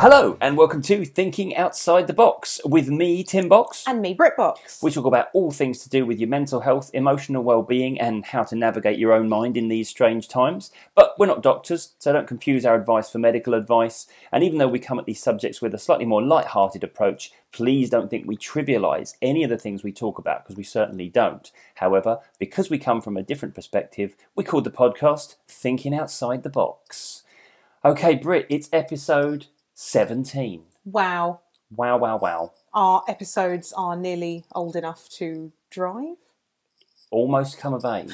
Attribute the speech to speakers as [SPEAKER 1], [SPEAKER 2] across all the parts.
[SPEAKER 1] Hello, and welcome to Thinking Outside the Box with me, Tim Box.
[SPEAKER 2] And me, BritBox.
[SPEAKER 1] We talk about all things to do with your mental health, emotional well-being, and how to navigate your own mind in these strange times. But we're not doctors, so don't confuse our advice for medical advice. And even though we come at these subjects with a slightly more light-hearted approach, please don't think we trivialise any of the things we talk about because we certainly don't. However, because we come from a different perspective, we called the podcast Thinking Outside the Box. Okay, Brit, it's episode 17.
[SPEAKER 2] Wow,
[SPEAKER 1] Wow, wow, wow.
[SPEAKER 2] our episodes are nearly old enough to drive.
[SPEAKER 1] almost come of age.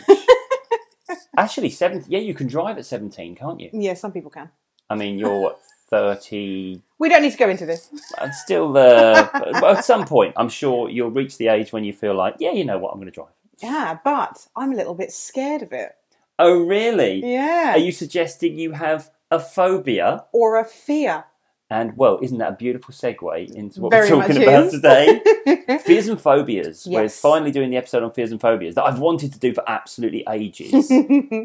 [SPEAKER 1] Actually, seven. Yeah, you can drive at seventeen, can't you?
[SPEAKER 2] Yeah, some people can.
[SPEAKER 1] I mean, you're what, thirty.
[SPEAKER 2] We don't need to go into this.
[SPEAKER 1] And still, the but at some point, I'm sure you'll reach the age when you feel like, yeah, you know what, I'm going to drive.
[SPEAKER 2] Yeah, but I'm a little bit scared of it.
[SPEAKER 1] Oh, really?
[SPEAKER 2] Yeah.
[SPEAKER 1] Are you suggesting you have a phobia?
[SPEAKER 2] or a fear.
[SPEAKER 1] And well, isn't that a beautiful segue into what
[SPEAKER 2] Very
[SPEAKER 1] we're talking
[SPEAKER 2] much
[SPEAKER 1] about
[SPEAKER 2] is.
[SPEAKER 1] today? fears and phobias. We're
[SPEAKER 2] Yes.
[SPEAKER 1] finally doing the episode on fears and phobias that I've wanted to do for absolutely ages.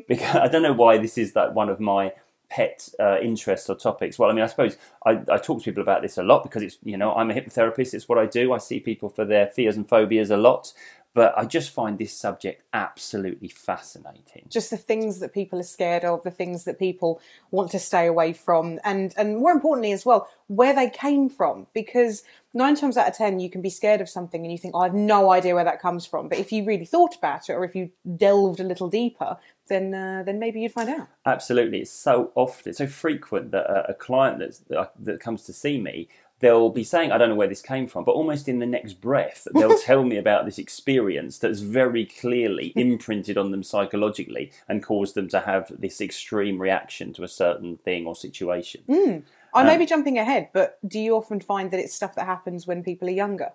[SPEAKER 1] because I don't know why this is like one of my pet uh, interests or topics. Well, I mean, I suppose I, I talk to people about this a lot because it's you know I'm a hypnotherapist. It's what I do. I see people for their fears and phobias a lot, but I just find this subject absolutely fascinating.
[SPEAKER 2] Just the things that people are scared of, the things that people want to stay away from, and and more importantly as well, where they came from. Because nine times out of ten, you can be scared of something and you think, oh, I have no idea where that comes from. But if you really thought about it, or if you delved a little deeper, then uh, then maybe you'd find out.
[SPEAKER 1] Absolutely, it's so often, it's so frequent that a, a client that's, that, I- that comes to see me, they'll be saying, "I don't know where this came from," but almost in the next breath, they'll tell me about this experience that's very clearly imprinted on them psychologically and caused them to have this extreme reaction to a certain thing or situation.
[SPEAKER 2] I
[SPEAKER 1] Um,
[SPEAKER 2] may be jumping ahead, but do you often find that it's stuff that happens when people are younger?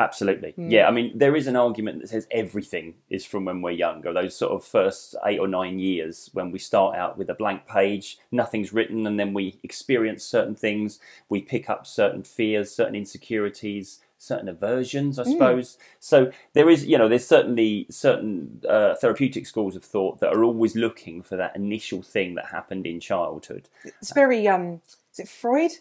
[SPEAKER 1] Absolutely.
[SPEAKER 2] Hmm.
[SPEAKER 1] Yeah, I mean, there is an argument that says everything is from when we're younger, those sort of first eight or nine years when we start out with a blank page, nothing's written, and then we experience certain things, we pick up certain fears, certain insecurities. Certain aversions,
[SPEAKER 2] Hmm.
[SPEAKER 1] I suppose. So there is, you know, there's certainly certain uh, therapeutic schools of thought that are always looking for that initial thing that happened in childhood.
[SPEAKER 2] It's very um is it Freud?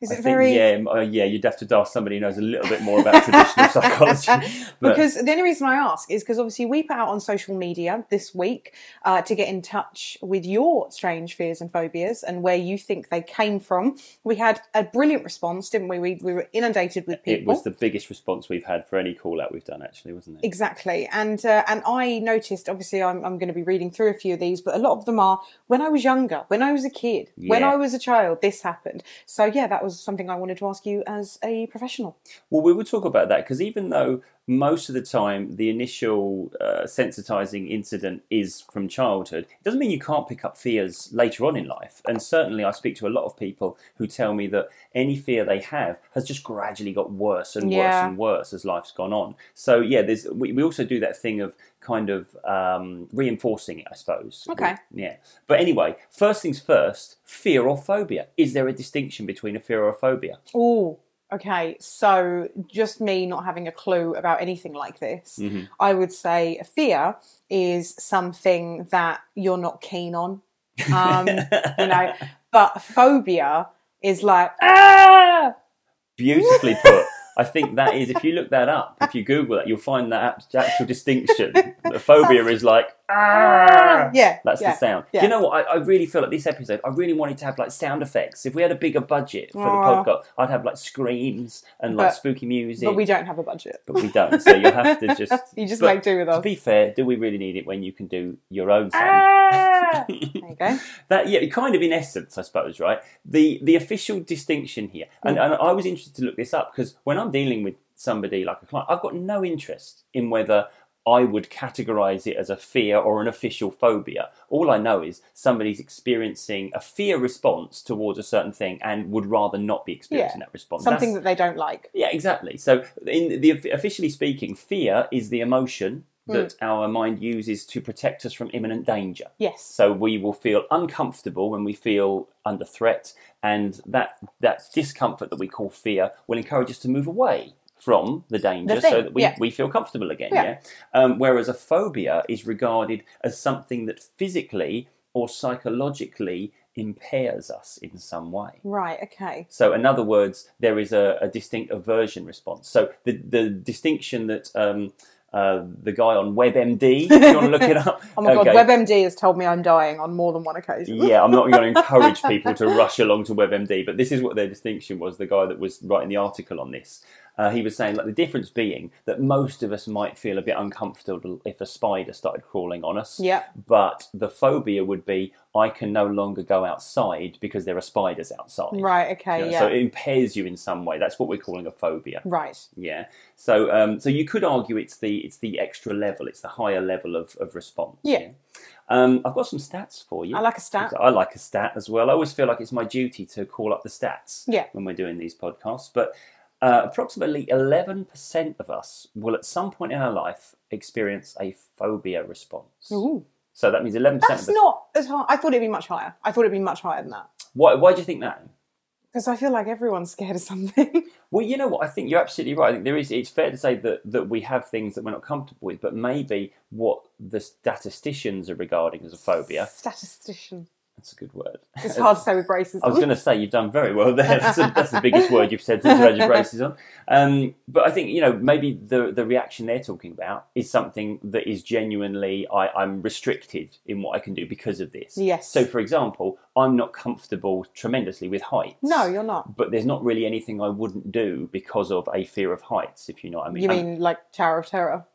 [SPEAKER 2] Is
[SPEAKER 1] Uh, I think,
[SPEAKER 2] it very
[SPEAKER 1] yeah, m- uh, yeah, you'd have to ask somebody who knows a little bit more about traditional psychology. But-
[SPEAKER 2] because the only reason I ask is because obviously we put out on social media this week uh, to get in touch with your strange fears and phobias and where you think they came from. We had a brilliant response, didn't we? We, we were inundated with people.
[SPEAKER 1] It was the biggest response we've had for any call out we've done, actually, wasn't it?
[SPEAKER 2] Exactly, and uh, and I noticed. Obviously, I'm I'm going to be reading through a few of these, but a lot of them are when I was younger, when I was a kid, when
[SPEAKER 1] Yeah.
[SPEAKER 2] I was a child. This happened. So yeah, that was something I wanted to ask you as a professional.
[SPEAKER 1] Well, we will talk about that because even though most of the time the initial uh, sensitizing incident is from childhood, it doesn't mean you can't pick up fears later on in life. And certainly, I speak to a lot of people who tell me that any fear they have has just gradually got worse and worse
[SPEAKER 2] Yeah.
[SPEAKER 1] and worse as life's gone on. So yeah, there's we, we also do that thing of kind of um, reinforcing it, I suppose.
[SPEAKER 2] Okay.
[SPEAKER 1] Yeah. But anyway, first things first, fear or phobia. Is there a distinction between a fear or a phobia?
[SPEAKER 2] Oh, okay. So just me not having a clue about anything like this,
[SPEAKER 1] Hmm.
[SPEAKER 2] I would say a fear is something that you're not keen on. Um, you know, but phobia is like ah.
[SPEAKER 1] Beautifully put. I think that is, if you look that up, if you Google that, you'll find that act- actual distinction. A phobia is like, ah!
[SPEAKER 2] Yeah,
[SPEAKER 1] That's
[SPEAKER 2] yeah,
[SPEAKER 1] the sound. Do
[SPEAKER 2] yeah.
[SPEAKER 1] you know what? I, I really feel like this episode, I really wanted to have like sound effects. If we had a bigger budget for
[SPEAKER 2] Aw.
[SPEAKER 1] the podcast, I'd have like screams and like
[SPEAKER 2] But-
[SPEAKER 1] spooky music.
[SPEAKER 2] But we don't have a budget.
[SPEAKER 1] but we don't. So you'll have to just.
[SPEAKER 2] You just
[SPEAKER 1] but
[SPEAKER 2] make do with
[SPEAKER 1] To
[SPEAKER 2] us.
[SPEAKER 1] be fair, do we really need it when you can do your own sound?
[SPEAKER 2] Ah! there you go.
[SPEAKER 1] That yeah, kind of in essence, I suppose, right? The the official distinction here, and,
[SPEAKER 2] Mm.
[SPEAKER 1] and I was interested to look this up because when I'm dealing with somebody like a client, I've got no interest in whether I would categorize it as a fear or an official phobia. All I know is somebody's experiencing a fear response towards a certain thing and would rather not be experiencing
[SPEAKER 2] Yeah.
[SPEAKER 1] that response.
[SPEAKER 2] Something
[SPEAKER 1] That's-
[SPEAKER 2] that they don't like.
[SPEAKER 1] yeah, exactly. So, in the officially speaking, fear is the emotion
[SPEAKER 2] Mm.
[SPEAKER 1] that our mind uses to protect us from imminent danger.
[SPEAKER 2] Yes.
[SPEAKER 1] So we will feel uncomfortable when we feel under threat, and that that discomfort that we call fear will encourage us to move away from the danger
[SPEAKER 2] The thing,
[SPEAKER 1] so that we,
[SPEAKER 2] yeah.
[SPEAKER 1] we feel comfortable again. Yeah.
[SPEAKER 2] Yeah.
[SPEAKER 1] Um, whereas a phobia is regarded as something that physically or psychologically impairs us in some way.
[SPEAKER 2] Right. Okay.
[SPEAKER 1] So, in other words, there is a, a distinct aversion response. So, the, the distinction that um, uh, the guy on WebMD, if you want to look it up.
[SPEAKER 2] Oh my
[SPEAKER 1] okay.
[SPEAKER 2] god, WebMD has told me I'm dying on more than one occasion.
[SPEAKER 1] yeah, I'm not going to encourage people to rush along to WebMD, but this is what their distinction was. The guy that was writing the article on this, uh, he was saying like the difference being that most of us might feel a bit uncomfortable if a spider started crawling on us.
[SPEAKER 2] Yeah.
[SPEAKER 1] But the phobia would be I can no longer go outside because there are spiders outside.
[SPEAKER 2] Right.
[SPEAKER 1] You
[SPEAKER 2] Okay.
[SPEAKER 1] know,
[SPEAKER 2] Yeah.
[SPEAKER 1] So it impairs you in some way. That's what we're calling a phobia.
[SPEAKER 2] right.
[SPEAKER 1] Yeah. So um, so you could argue it's the it's the extra level, it's the higher level of, of response.
[SPEAKER 2] Yeah.
[SPEAKER 1] Um, I've got some stats for you.
[SPEAKER 2] I like a stat.
[SPEAKER 1] I like a stat as well. I always feel like it's my duty to call up the stats
[SPEAKER 2] Yeah.
[SPEAKER 1] when we're doing these podcasts. But uh, approximately 11% of us will at some point in our life experience a phobia response.
[SPEAKER 2] Ooh.
[SPEAKER 1] So that means 11%
[SPEAKER 2] That's
[SPEAKER 1] of us.
[SPEAKER 2] not as high. I thought it'd be much higher. I thought it'd be much higher than that
[SPEAKER 1] Why, why do you think that?
[SPEAKER 2] because I feel like everyone's scared of something.
[SPEAKER 1] Well, you know what? I think you're absolutely right. I think there is. It's fair to say that that we have things that we're not comfortable with, but maybe what the statisticians are regarding as a phobia.
[SPEAKER 2] Statistician.
[SPEAKER 1] That's a good word.
[SPEAKER 2] It's hard to say with braces.
[SPEAKER 1] Uh, I was going to say you've done very well there. That's, a, that's the biggest word you've said since you had your braces on. Um, but I think you know maybe the the reaction they're talking about is something that is genuinely I, I'm restricted in what I can do because of this.
[SPEAKER 2] Yes.
[SPEAKER 1] So, for example, I'm not comfortable tremendously with heights.
[SPEAKER 2] no, you're not.
[SPEAKER 1] But there's not really anything I wouldn't do because of a fear of heights, if you know what I mean.
[SPEAKER 2] You
[SPEAKER 1] Um,
[SPEAKER 2] mean like Tower of Terror?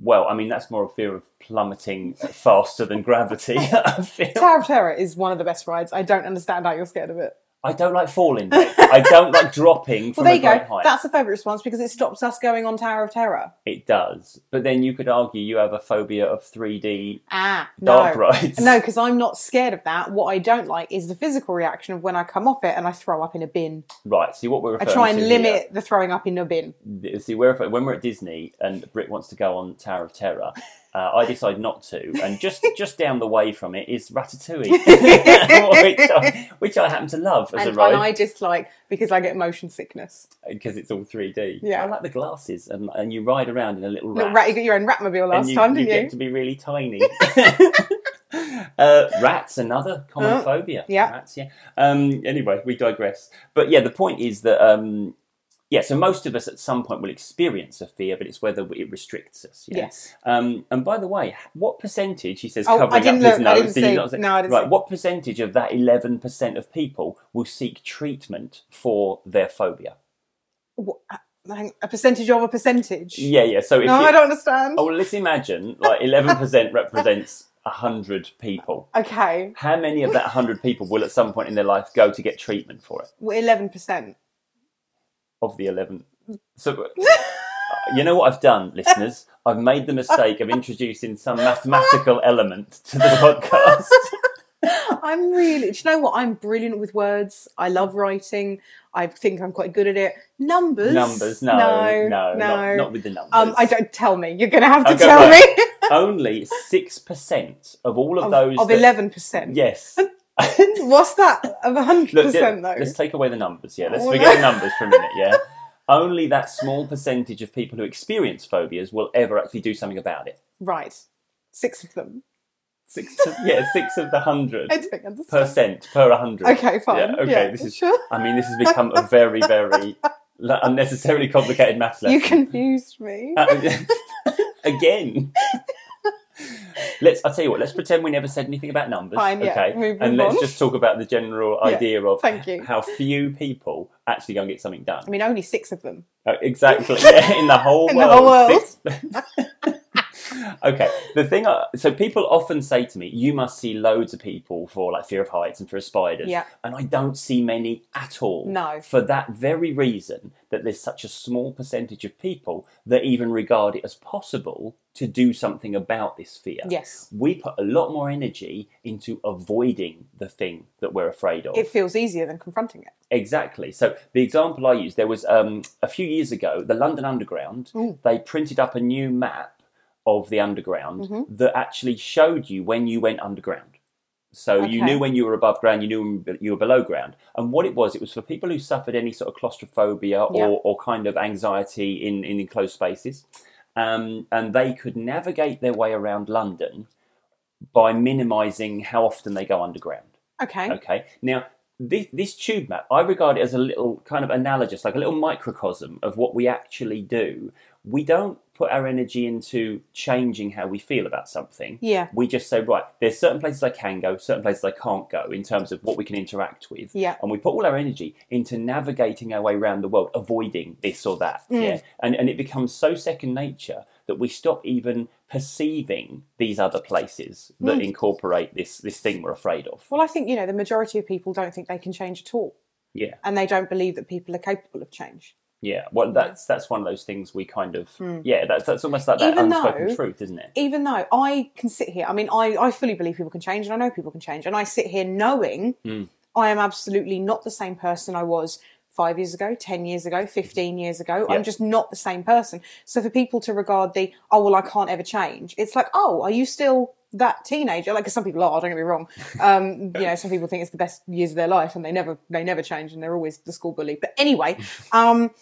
[SPEAKER 1] well, I mean that's more a fear of plummeting faster than gravity. I feel.
[SPEAKER 2] Tower of Terror is one of the best rides. I don't understand how you're scared of it.
[SPEAKER 1] I don't like falling. Dave. I don't like dropping
[SPEAKER 2] Well,
[SPEAKER 1] from
[SPEAKER 2] there
[SPEAKER 1] a
[SPEAKER 2] you go.
[SPEAKER 1] great height.
[SPEAKER 2] That's a favourite response because it stops us going on Tower of Terror.
[SPEAKER 1] It does. But then you could argue you have a phobia of 3D
[SPEAKER 2] Ah,
[SPEAKER 1] dark
[SPEAKER 2] no.
[SPEAKER 1] rides.
[SPEAKER 2] No, because I'm not scared of that. What I don't like is the physical reaction of when I come off it and I throw up in a bin.
[SPEAKER 1] Right, see what we're
[SPEAKER 2] I
[SPEAKER 1] referring
[SPEAKER 2] try and
[SPEAKER 1] to
[SPEAKER 2] limit the throwing up in a bin.
[SPEAKER 1] here- See, we're, refer- when we're at Disney and Brit wants to go on Tower of Terror, uh, I decide not to. And just, just down the way from it is Ratatouille, which, I, which I happen to love as
[SPEAKER 2] And,
[SPEAKER 1] a
[SPEAKER 2] and
[SPEAKER 1] ride
[SPEAKER 2] I dislike because I get motion sickness.
[SPEAKER 1] because it's all 3D.
[SPEAKER 2] Yeah.
[SPEAKER 1] I like the glasses and, and you ride around in a little
[SPEAKER 2] Little
[SPEAKER 1] rat.
[SPEAKER 2] rat, you got your own Ratmobile
[SPEAKER 1] and
[SPEAKER 2] last
[SPEAKER 1] you,
[SPEAKER 2] time,
[SPEAKER 1] you
[SPEAKER 2] didn't you?
[SPEAKER 1] get to be really tiny. uh, rats, another common
[SPEAKER 2] Uh,
[SPEAKER 1] phobia.
[SPEAKER 2] yeah.
[SPEAKER 1] Rats, yeah. Um, anyway, we digress. But yeah, the point is that, um, yeah, so most of us at some point will experience a fear, but it's whether it restricts us. yeah?
[SPEAKER 2] Yes.
[SPEAKER 1] Um, and by the way, what percentage, he says,
[SPEAKER 2] Oh, I
[SPEAKER 1] covering
[SPEAKER 2] didn't
[SPEAKER 1] up his
[SPEAKER 2] look, I
[SPEAKER 1] nose,
[SPEAKER 2] didn't
[SPEAKER 1] did
[SPEAKER 2] see.
[SPEAKER 1] you not see?
[SPEAKER 2] No, I didn't
[SPEAKER 1] right,
[SPEAKER 2] see.
[SPEAKER 1] what percentage of that 11% of people will seek treatment for their phobia?
[SPEAKER 2] What- hang- A percentage of a percentage.
[SPEAKER 1] Yeah, yeah. So if
[SPEAKER 2] No,
[SPEAKER 1] you,
[SPEAKER 2] I don't understand.
[SPEAKER 1] Oh, well, let's imagine like 11% represents 100 people.
[SPEAKER 2] Okay,
[SPEAKER 1] How many of that 100 people will at some point in their life go to get treatment for it?
[SPEAKER 2] eleven percent.
[SPEAKER 1] Of the 11. So, uh, you know what I've done, listeners? I've made the mistake of introducing some mathematical element to the podcast.
[SPEAKER 2] I'm really. Do you know what? I'm brilliant with words. I love writing. I think I'm quite good at it. Numbers.
[SPEAKER 1] Numbers, no, no,
[SPEAKER 2] no.
[SPEAKER 1] Not, not with the numbers.
[SPEAKER 2] um, I don't tell me. You're going to have to
[SPEAKER 1] I'll go
[SPEAKER 2] tell
[SPEAKER 1] back.
[SPEAKER 2] me
[SPEAKER 1] Only 6% of all of,
[SPEAKER 2] of,
[SPEAKER 1] those.
[SPEAKER 2] of
[SPEAKER 1] that-
[SPEAKER 2] eleven percent.
[SPEAKER 1] Yes.
[SPEAKER 2] What's that of hundred
[SPEAKER 1] Look,
[SPEAKER 2] percent
[SPEAKER 1] yeah,
[SPEAKER 2] though?
[SPEAKER 1] Let's take away the numbers. Yeah, let's
[SPEAKER 2] Oh,
[SPEAKER 1] forget
[SPEAKER 2] no.
[SPEAKER 1] the numbers for a minute. Yeah, only that small percentage of people who experience phobias will ever actually do something about it.
[SPEAKER 2] Right, six of them.
[SPEAKER 1] Six, to, yeah, six of the hundred
[SPEAKER 2] I don't understand.
[SPEAKER 1] percent per hundred.
[SPEAKER 2] Okay, fine.
[SPEAKER 1] Yeah, okay,
[SPEAKER 2] Yeah,
[SPEAKER 1] this is.
[SPEAKER 2] sure.
[SPEAKER 1] I mean, this has become a very, very la- unnecessarily complicated maths lesson.
[SPEAKER 2] You confused me.
[SPEAKER 1] Uh, Again. Let's. I'll tell you what. Let's pretend we never said anything about numbers.
[SPEAKER 2] Fine, yeah,
[SPEAKER 1] okay.
[SPEAKER 2] move-
[SPEAKER 1] and
[SPEAKER 2] move
[SPEAKER 1] let's
[SPEAKER 2] on.
[SPEAKER 1] just talk about the general
[SPEAKER 2] Yeah,
[SPEAKER 1] idea of
[SPEAKER 2] thank you.
[SPEAKER 1] how few people actually go and get something done.
[SPEAKER 2] I mean, only six of them.
[SPEAKER 1] Uh, exactly. Yeah, in the whole
[SPEAKER 2] In the
[SPEAKER 1] world.
[SPEAKER 2] whole world.
[SPEAKER 1] Six- okay. The thing, I, so people often say to me, you must see loads of people for like fear of heights and fear of spiders.
[SPEAKER 2] Yeah.
[SPEAKER 1] And I don't see many at all.
[SPEAKER 2] No.
[SPEAKER 1] For that very reason, that there's such a small percentage of people that even regard it as possible to do something about this fear.
[SPEAKER 2] Yes,
[SPEAKER 1] We put a lot more energy into avoiding the thing that we're afraid of.
[SPEAKER 2] it feels easier than confronting it.
[SPEAKER 1] Exactly. So the example I used there was um, a few years ago, the London Underground.
[SPEAKER 2] Ooh.
[SPEAKER 1] They printed up a new map of the underground
[SPEAKER 2] Mm-hmm.
[SPEAKER 1] that actually showed you when you went underground. So you
[SPEAKER 2] Okay.
[SPEAKER 1] knew when you were above ground, you knew when you were below ground. And what it was, it was for people who suffered any sort of claustrophobia or,
[SPEAKER 2] Yeah.
[SPEAKER 1] or kind of anxiety in, in enclosed spaces. Um, and they could navigate their way around London by minimizing how often they go underground.
[SPEAKER 2] Okay.
[SPEAKER 1] Okay. Now, this, this tube map, I regard it as a little kind of analogous, like a little microcosm of what we actually do. We don't put our energy into changing how we feel about something.
[SPEAKER 2] Yeah.
[SPEAKER 1] We just say, right, there's certain places I can go, certain places I can't go in terms of what we can interact with.
[SPEAKER 2] Yeah.
[SPEAKER 1] And we put all our energy into navigating our way around the world, avoiding this or that.
[SPEAKER 2] Mm.
[SPEAKER 1] Yeah. And, and it becomes so second nature that we stop even perceiving these other places that
[SPEAKER 2] Mm.
[SPEAKER 1] incorporate this, this thing we're afraid of.
[SPEAKER 2] Well, I think, you know, the majority of people don't think they can change at all
[SPEAKER 1] Yeah.
[SPEAKER 2] and they don't believe that people are capable of change.
[SPEAKER 1] Yeah, well, that's that's one of those things we kind of yeah, that's that's almost like that
[SPEAKER 2] Hmm. Even though-
[SPEAKER 1] unspoken truth, isn't it?
[SPEAKER 2] Even though I can sit here, I mean, I, I fully believe people can change and I know people can change. And I sit here knowing
[SPEAKER 1] Hmm.
[SPEAKER 2] I am absolutely not the same person I was five years ago, 10 years ago, 15 years ago.
[SPEAKER 1] Yeah.
[SPEAKER 2] I'm just not the same person. So for people to regard the, oh, well, I can't ever change, it's like, oh, are you still that teenager? Like, 'cause some people are, don't get me wrong. Um, you know, some people think it's the best years of their life and they never, they never change and they're always the school bully. But anyway, um,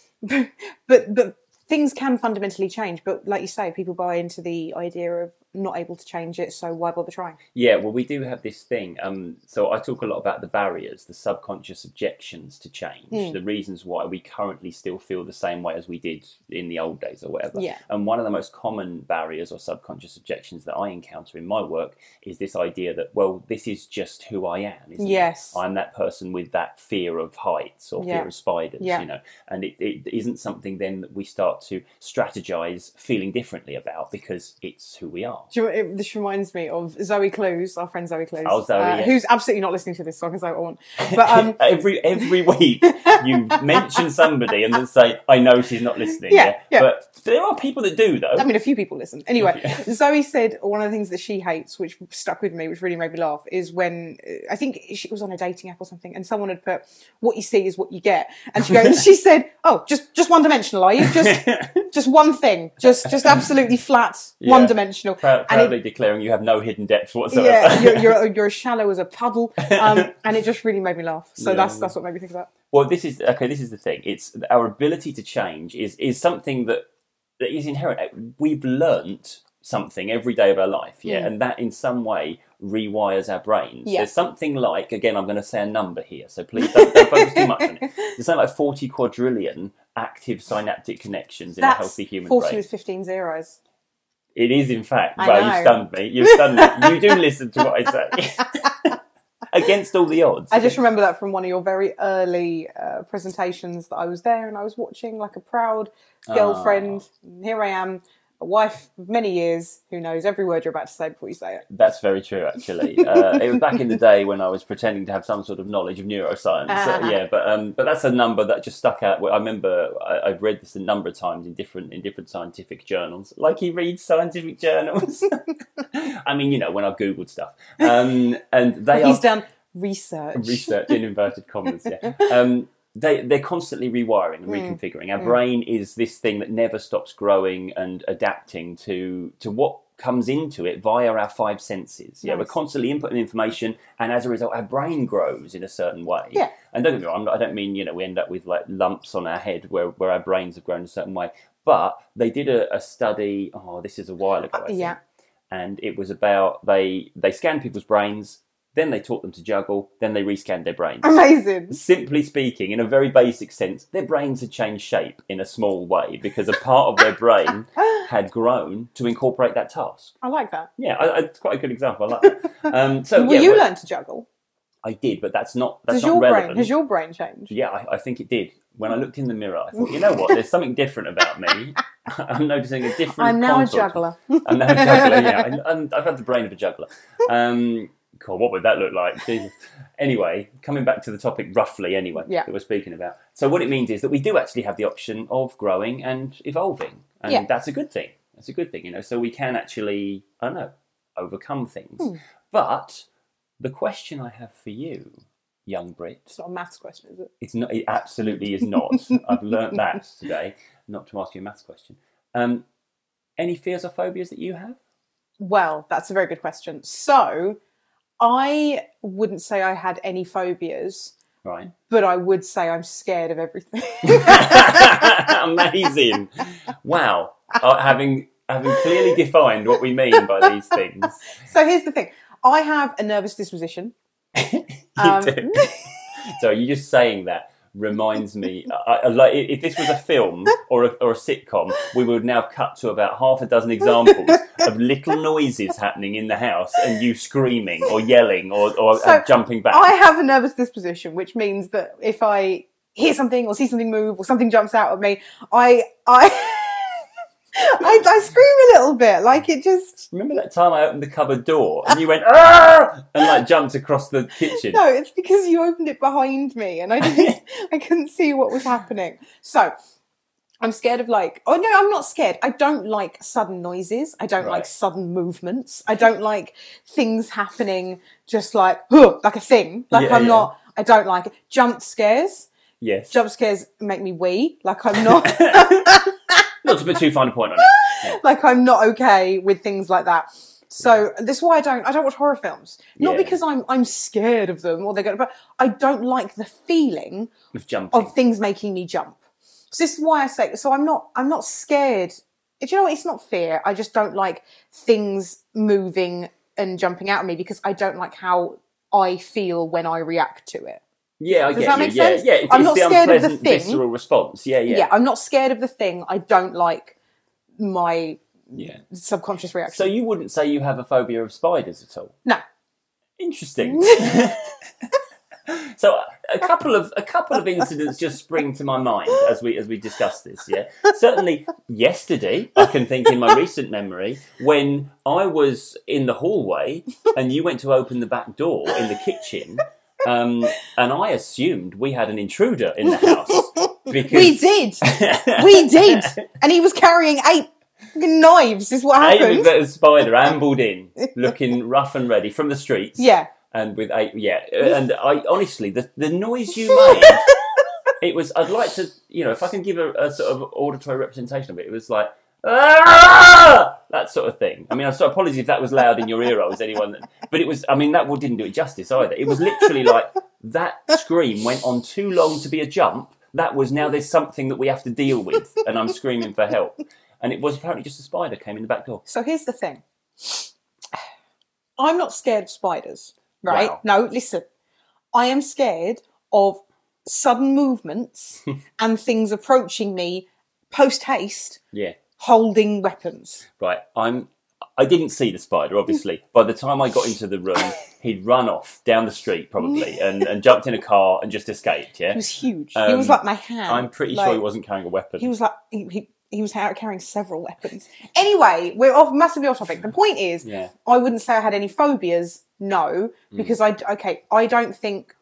[SPEAKER 2] but, but things can fundamentally change. But like you say, people buy into the idea of not able to change it. So why bother trying?
[SPEAKER 1] Yeah, well, we do have this thing. Um, so I talk a lot about the barriers, the subconscious objections to change,
[SPEAKER 2] Hmm.
[SPEAKER 1] the reasons why we currently still feel the same way as we did in the old days or whatever.
[SPEAKER 2] Yeah.
[SPEAKER 1] And one of the most common barriers or subconscious objections that I encounter in my work is this idea that, well, this is just who I am. Isn't it?
[SPEAKER 2] Yes.
[SPEAKER 1] I'm that person with that fear of heights or
[SPEAKER 2] Yeah.
[SPEAKER 1] fear of spiders,
[SPEAKER 2] Yeah.
[SPEAKER 1] you know. And it, it isn't something then that we start to strategize feeling differently about because it's who we are.
[SPEAKER 2] Do you, know what, it, this reminds me of Zoe Clues, our friend Zoe Clues,
[SPEAKER 1] Oh, Zoe,
[SPEAKER 2] uh,
[SPEAKER 1] yeah. Uh,
[SPEAKER 2] who's absolutely not listening to this song as I want. But um,
[SPEAKER 1] every every week you mention somebody and then say, "I know she's not listening."
[SPEAKER 2] Yeah, yeah.
[SPEAKER 1] But there are people that do though.
[SPEAKER 2] I mean, a few people listen. Anyway, Zoe said one of the things that she hates, which stuck with me, which really made me laugh, is when uh, I think she was on a dating app or something, and someone had put, "What you see is what you get," and she goes, she said, "Oh, just just one dimensional, are you? Just just one thing, just just absolutely flat, one dimensional."
[SPEAKER 1] Prou-
[SPEAKER 2] And it-
[SPEAKER 1] proudly declaring you have no hidden depths whatsoever.
[SPEAKER 2] yeah, you're, you're you're as shallow as a puddle, um, and it just really made me laugh. So
[SPEAKER 1] Yeah.
[SPEAKER 2] that's that's what made me think of that.
[SPEAKER 1] well, this is okay. This is the thing. It's our ability to change is is something that that is inherent. We've learnt something every day of our life, yeah, and that in some way rewires our brains.
[SPEAKER 2] Hmm. Yeah.
[SPEAKER 1] There's something like, again, I'm going to say a number here, so please don't, don't focus too much on it. There's something like 40 quadrillion active synaptic connections in a healthy human
[SPEAKER 2] forty
[SPEAKER 1] brain.
[SPEAKER 2] with fifteen zeros.
[SPEAKER 1] It is, in fact.
[SPEAKER 2] I
[SPEAKER 1] well,
[SPEAKER 2] know.
[SPEAKER 1] you've stunned me. You've stunned me. You do listen to what I say. Against all the odds.
[SPEAKER 2] I just remember that from one of your very early uh, presentations that I was there and I was watching like a proud girlfriend.
[SPEAKER 1] Ah.
[SPEAKER 2] Here I am, a wife of many years who knows every word you're about to say before you say it.
[SPEAKER 1] That's very true, actually. Uh, it was back in the day when I was pretending to have some sort of knowledge of neuroscience. So, yeah, but um, but that's a number that just stuck out. Well, I remember I, I've read this a number of times in different in different scientific journals. Like he reads scientific journals. I mean, you know, when I googled stuff, um, and they
[SPEAKER 2] He's
[SPEAKER 1] are
[SPEAKER 2] done research.
[SPEAKER 1] research in inverted commas. Yeah. Um, they, they're constantly rewiring
[SPEAKER 2] Hmm.
[SPEAKER 1] and reconfiguring. Our brain is this thing that never stops growing and adapting to to what comes into it via our five senses. Yeah, we're
[SPEAKER 2] Nice.
[SPEAKER 1] constantly inputting information, and as a result, our brain grows in a certain way.
[SPEAKER 2] Yeah.
[SPEAKER 1] And don't get me wrong, I'm not- I don't mean you know we end up with like lumps on our head where where our brains have grown a certain way. But they did a, a study. Oh, this is a while ago. I think
[SPEAKER 2] yeah.
[SPEAKER 1] and it was about they they scanned people's brains, then they taught them to juggle, then they rescanned their brains.
[SPEAKER 2] Oh Amazing.
[SPEAKER 1] Simply speaking, in a very basic sense, their brains had changed shape in a small way because a part of their brain had grown to incorporate that task.
[SPEAKER 2] I like that.
[SPEAKER 1] Yeah, I, I, it's quite a good example. I like that. Um, so
[SPEAKER 2] Well,
[SPEAKER 1] yeah,
[SPEAKER 2] you
[SPEAKER 1] well,
[SPEAKER 2] learn to juggle.
[SPEAKER 1] I did, but that's not that's
[SPEAKER 2] Does
[SPEAKER 1] not
[SPEAKER 2] your
[SPEAKER 1] relevant.
[SPEAKER 2] brain has your brain changed?
[SPEAKER 1] Yeah, I, I think it did. When I looked in the mirror, I thought, you know what? There's something different about me. I'm noticing a different.
[SPEAKER 2] I'm now
[SPEAKER 1] contour
[SPEAKER 2] a
[SPEAKER 1] to
[SPEAKER 2] juggler.
[SPEAKER 1] I'm now a juggler. Yeah, I, I'm, I've had the brain of a juggler. Um, God, what would that look like? Jesus. Anyway, coming back to the topic roughly, anyway,
[SPEAKER 2] Yeah.
[SPEAKER 1] that we're speaking about. So what it means is that we do actually have the option of growing and evolving, and
[SPEAKER 2] Yeah.
[SPEAKER 1] that's a good thing. That's a good thing, you know. So we can actually, I don't know, overcome things.
[SPEAKER 2] Hmm.
[SPEAKER 1] But the question I have for you, young Brit,
[SPEAKER 2] It's not a maths question, is it?
[SPEAKER 1] it's not. It absolutely is not. I've learnt that today, not to ask you a maths question. Um, any fears or phobias that you have?
[SPEAKER 2] Well, that's a very good question. So, I wouldn't say I had any phobias,
[SPEAKER 1] Right.
[SPEAKER 2] but I would say I'm scared of everything.
[SPEAKER 1] Amazing. Wow. Uh, having having clearly defined what we mean by these things.
[SPEAKER 2] So here's the thing. I have a nervous disposition. Um,
[SPEAKER 1] You do. so you just saying that reminds me. I, I, like, if this was a film or a, or a sitcom, we would now cut to about half a dozen examples of little noises happening in the house and you screaming or yelling or, or
[SPEAKER 2] So,
[SPEAKER 1] jumping back.
[SPEAKER 2] I have a nervous disposition, which means that if I hear something or see something move or something jumps out at me, I I I, I scream a little bit. Like it just
[SPEAKER 1] Remember that time I opened the cupboard door and you went ah and like jumped across the kitchen.
[SPEAKER 2] no, it's because you opened it behind me and I didn't I couldn't see what was happening. So I'm scared of like oh no, I'm not scared. I don't like sudden noises. I don't like
[SPEAKER 1] Right.
[SPEAKER 2] sudden movements. I don't like things happening just like "Huh," like a thing. Like
[SPEAKER 1] Yeah,
[SPEAKER 2] I'm
[SPEAKER 1] yeah.
[SPEAKER 2] not I don't like it. Jump scares.
[SPEAKER 1] Yes,
[SPEAKER 2] Jump scares make me wee. Like I'm not
[SPEAKER 1] not to put too fine a point on it.
[SPEAKER 2] like I'm not okay with things like that. So this is why I don't I don't watch horror films. Not
[SPEAKER 1] Yeah.
[SPEAKER 2] because I'm I'm scared of them or they're going to, but I don't like the feeling
[SPEAKER 1] Of jumping.
[SPEAKER 2] of things making me jump. So this is why I say so I'm not I'm not scared. Do you know what? It's not fear. I just don't like things moving and jumping out at me because I don't like how I feel when I react to it.
[SPEAKER 1] yeah, I
[SPEAKER 2] Does
[SPEAKER 1] get
[SPEAKER 2] that
[SPEAKER 1] you.
[SPEAKER 2] make
[SPEAKER 1] yeah,
[SPEAKER 2] sense?
[SPEAKER 1] yeah. It's,
[SPEAKER 2] I'm
[SPEAKER 1] it's
[SPEAKER 2] not
[SPEAKER 1] the
[SPEAKER 2] scared of the
[SPEAKER 1] unpleasant
[SPEAKER 2] thing.
[SPEAKER 1] visceral response. Yeah, yeah,
[SPEAKER 2] Yeah, I'm not scared of the thing. I don't like my
[SPEAKER 1] yeah.
[SPEAKER 2] subconscious reaction.
[SPEAKER 1] So you wouldn't say you have a phobia of spiders at all?
[SPEAKER 2] no.
[SPEAKER 1] Interesting. so a couple of a couple of incidents just spring to my mind as we as we discuss this. Yeah, certainly yesterday I can think in my recent memory when I was in the hallway and you went to open the back door in the kitchen. Um, and I assumed we had an intruder in the house because
[SPEAKER 2] We did. We did. And he was carrying eight knives, is what
[SPEAKER 1] Eight
[SPEAKER 2] happened.
[SPEAKER 1] that spider ambled in, looking rough and ready from the streets.
[SPEAKER 2] Yeah.
[SPEAKER 1] and with eight, yeah, and I honestly, the the noise you made, it was. I'd like to, you know, if I can give a, a sort of auditory representation of it, it was like. "Ah!" That sort of thing. I mean, I'm so apologies if that was loud in your ear. I was anyone, that, but it was. I mean, that didn't do it justice either. It was literally like that scream went on too long to be a jump. That was now there's something that we have to deal with, and I'm screaming for help. And it was apparently just a spider came in the back door.
[SPEAKER 2] So here's the thing I'm not scared of spiders, right?
[SPEAKER 1] Wow.
[SPEAKER 2] No, listen. I am scared of sudden movements and things approaching me post haste
[SPEAKER 1] Yeah.
[SPEAKER 2] holding weapons.
[SPEAKER 1] right i'm i didn't see the spider obviously by the time i got into the room he'd run off down the street probably and, and jumped in a car and just escaped
[SPEAKER 2] He
[SPEAKER 1] yeah
[SPEAKER 2] was huge. he
[SPEAKER 1] Um,
[SPEAKER 2] was like my hand.
[SPEAKER 1] i'm pretty
[SPEAKER 2] like,
[SPEAKER 1] sure he wasn't carrying a weapon
[SPEAKER 2] he was like he, he, he was ha- carrying several weapons. Anyway, we're off massively off topic. The point is,
[SPEAKER 1] Yeah. Mm.
[SPEAKER 2] I wouldn't say I had any phobias. No, because I okay, I don't think.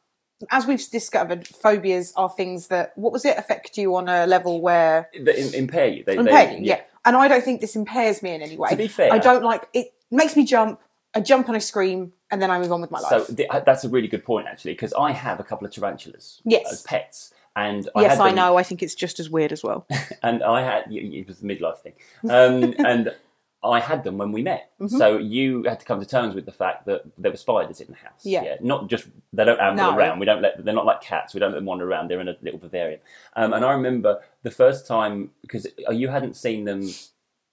[SPEAKER 2] As we've discovered, phobias are things that what was it affect you on a level where
[SPEAKER 1] they im- impair you they, they-
[SPEAKER 2] impair you? Yeah. and I don't think this impairs me in any way.
[SPEAKER 1] To be fair-
[SPEAKER 2] I don't like it. Makes me jump. I jump and I scream, and then I move on with my
[SPEAKER 1] so
[SPEAKER 2] life.
[SPEAKER 1] th- that's a really good point actually because i have a couple of tarantulas
[SPEAKER 2] Yes.
[SPEAKER 1] as pets and I
[SPEAKER 2] yes,
[SPEAKER 1] had
[SPEAKER 2] I
[SPEAKER 1] them-
[SPEAKER 2] know. I think it's just as weird as well.
[SPEAKER 1] and I had y- y- it was the midlife thing, um, and I had them when we met.
[SPEAKER 2] Mm-hmm.
[SPEAKER 1] So you had to come to terms with the fact that there were spiders in the house.
[SPEAKER 2] Yeah.
[SPEAKER 1] not just they don't amble
[SPEAKER 2] No.
[SPEAKER 1] around. We don't let they're not like cats. We don't let them wander around. They're in a little vivarium. Um, and I remember the first time because you hadn't seen them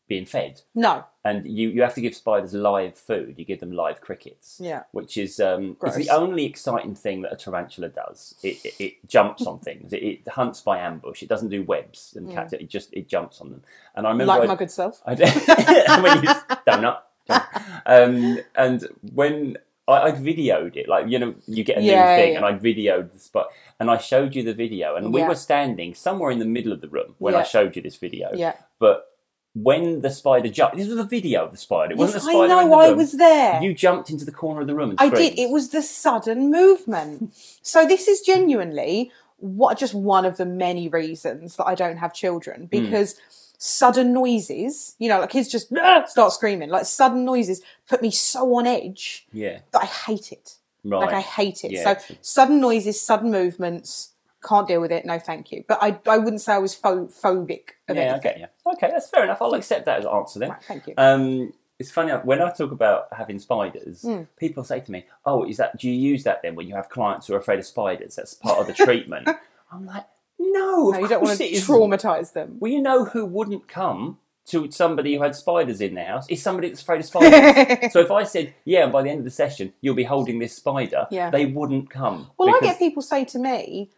[SPEAKER 1] being fed.
[SPEAKER 2] No,
[SPEAKER 1] And you, you have to give spiders live food. You give them live crickets.
[SPEAKER 2] Yeah.
[SPEAKER 1] Which is um, it's
[SPEAKER 2] Gross.
[SPEAKER 1] the only exciting thing that a tarantula does. It, it, it jumps on things. It, it hunts by ambush. It doesn't do webs and cats. It just it jumps on them. And I remember
[SPEAKER 2] like
[SPEAKER 1] I-
[SPEAKER 2] my good self.
[SPEAKER 1] I when you donut. Um, and when I, I videoed it, like you know, you get a
[SPEAKER 2] Yeah,
[SPEAKER 1] new thing,
[SPEAKER 2] yeah.
[SPEAKER 1] and I videoed the spot, and I showed you the video, and we
[SPEAKER 2] Yeah.
[SPEAKER 1] were standing somewhere in the middle of the room when I
[SPEAKER 2] Yeah.
[SPEAKER 1] showed you this video.
[SPEAKER 2] Yeah.
[SPEAKER 1] But when the spider jumped, this was a video of the spider. It wasn't a
[SPEAKER 2] Yes,
[SPEAKER 1] spider.
[SPEAKER 2] I know.
[SPEAKER 1] in the
[SPEAKER 2] I
[SPEAKER 1] room.
[SPEAKER 2] was there.
[SPEAKER 1] You jumped into the corner of the room. And
[SPEAKER 2] I did.
[SPEAKER 1] screamed.
[SPEAKER 2] It was the sudden movement. So this is genuinely what just one of the many reasons that I don't have children
[SPEAKER 1] Hmm.
[SPEAKER 2] because sudden noises, you know, like kids just "Ah!" start screaming, like sudden noises put me so on edge
[SPEAKER 1] Yeah.
[SPEAKER 2] that I hate it.
[SPEAKER 1] Right.
[SPEAKER 2] Like I hate it.
[SPEAKER 1] Yeah,
[SPEAKER 2] So
[SPEAKER 1] it's-
[SPEAKER 2] sudden noises, sudden movements, can't deal with it. No, thank you. But I, I wouldn't say I was pho- phobic of
[SPEAKER 1] Yeah, I
[SPEAKER 2] anything.
[SPEAKER 1] get you. Okay, that's fair enough. I'll accept that as an answer then.
[SPEAKER 2] Right, thank you.
[SPEAKER 1] Um, it's funny when I talk about having spiders,
[SPEAKER 2] Hmm.
[SPEAKER 1] people say to me, "Oh, is that? Do you use that then when you have clients who are afraid of spiders? That's part of the treatment." I'm like, "No,
[SPEAKER 2] No,
[SPEAKER 1] of
[SPEAKER 2] you don't
[SPEAKER 1] course
[SPEAKER 2] want to
[SPEAKER 1] it isn't."
[SPEAKER 2] traumatize them.
[SPEAKER 1] Well, you know who wouldn't come to somebody who had spiders in their house is somebody that's afraid of spiders. so if I said, yeah, and by the end of the session, you'll be holding this spider,
[SPEAKER 2] Yeah.
[SPEAKER 1] they wouldn't come.
[SPEAKER 2] Well, I
[SPEAKER 1] because-
[SPEAKER 2] get people say to me,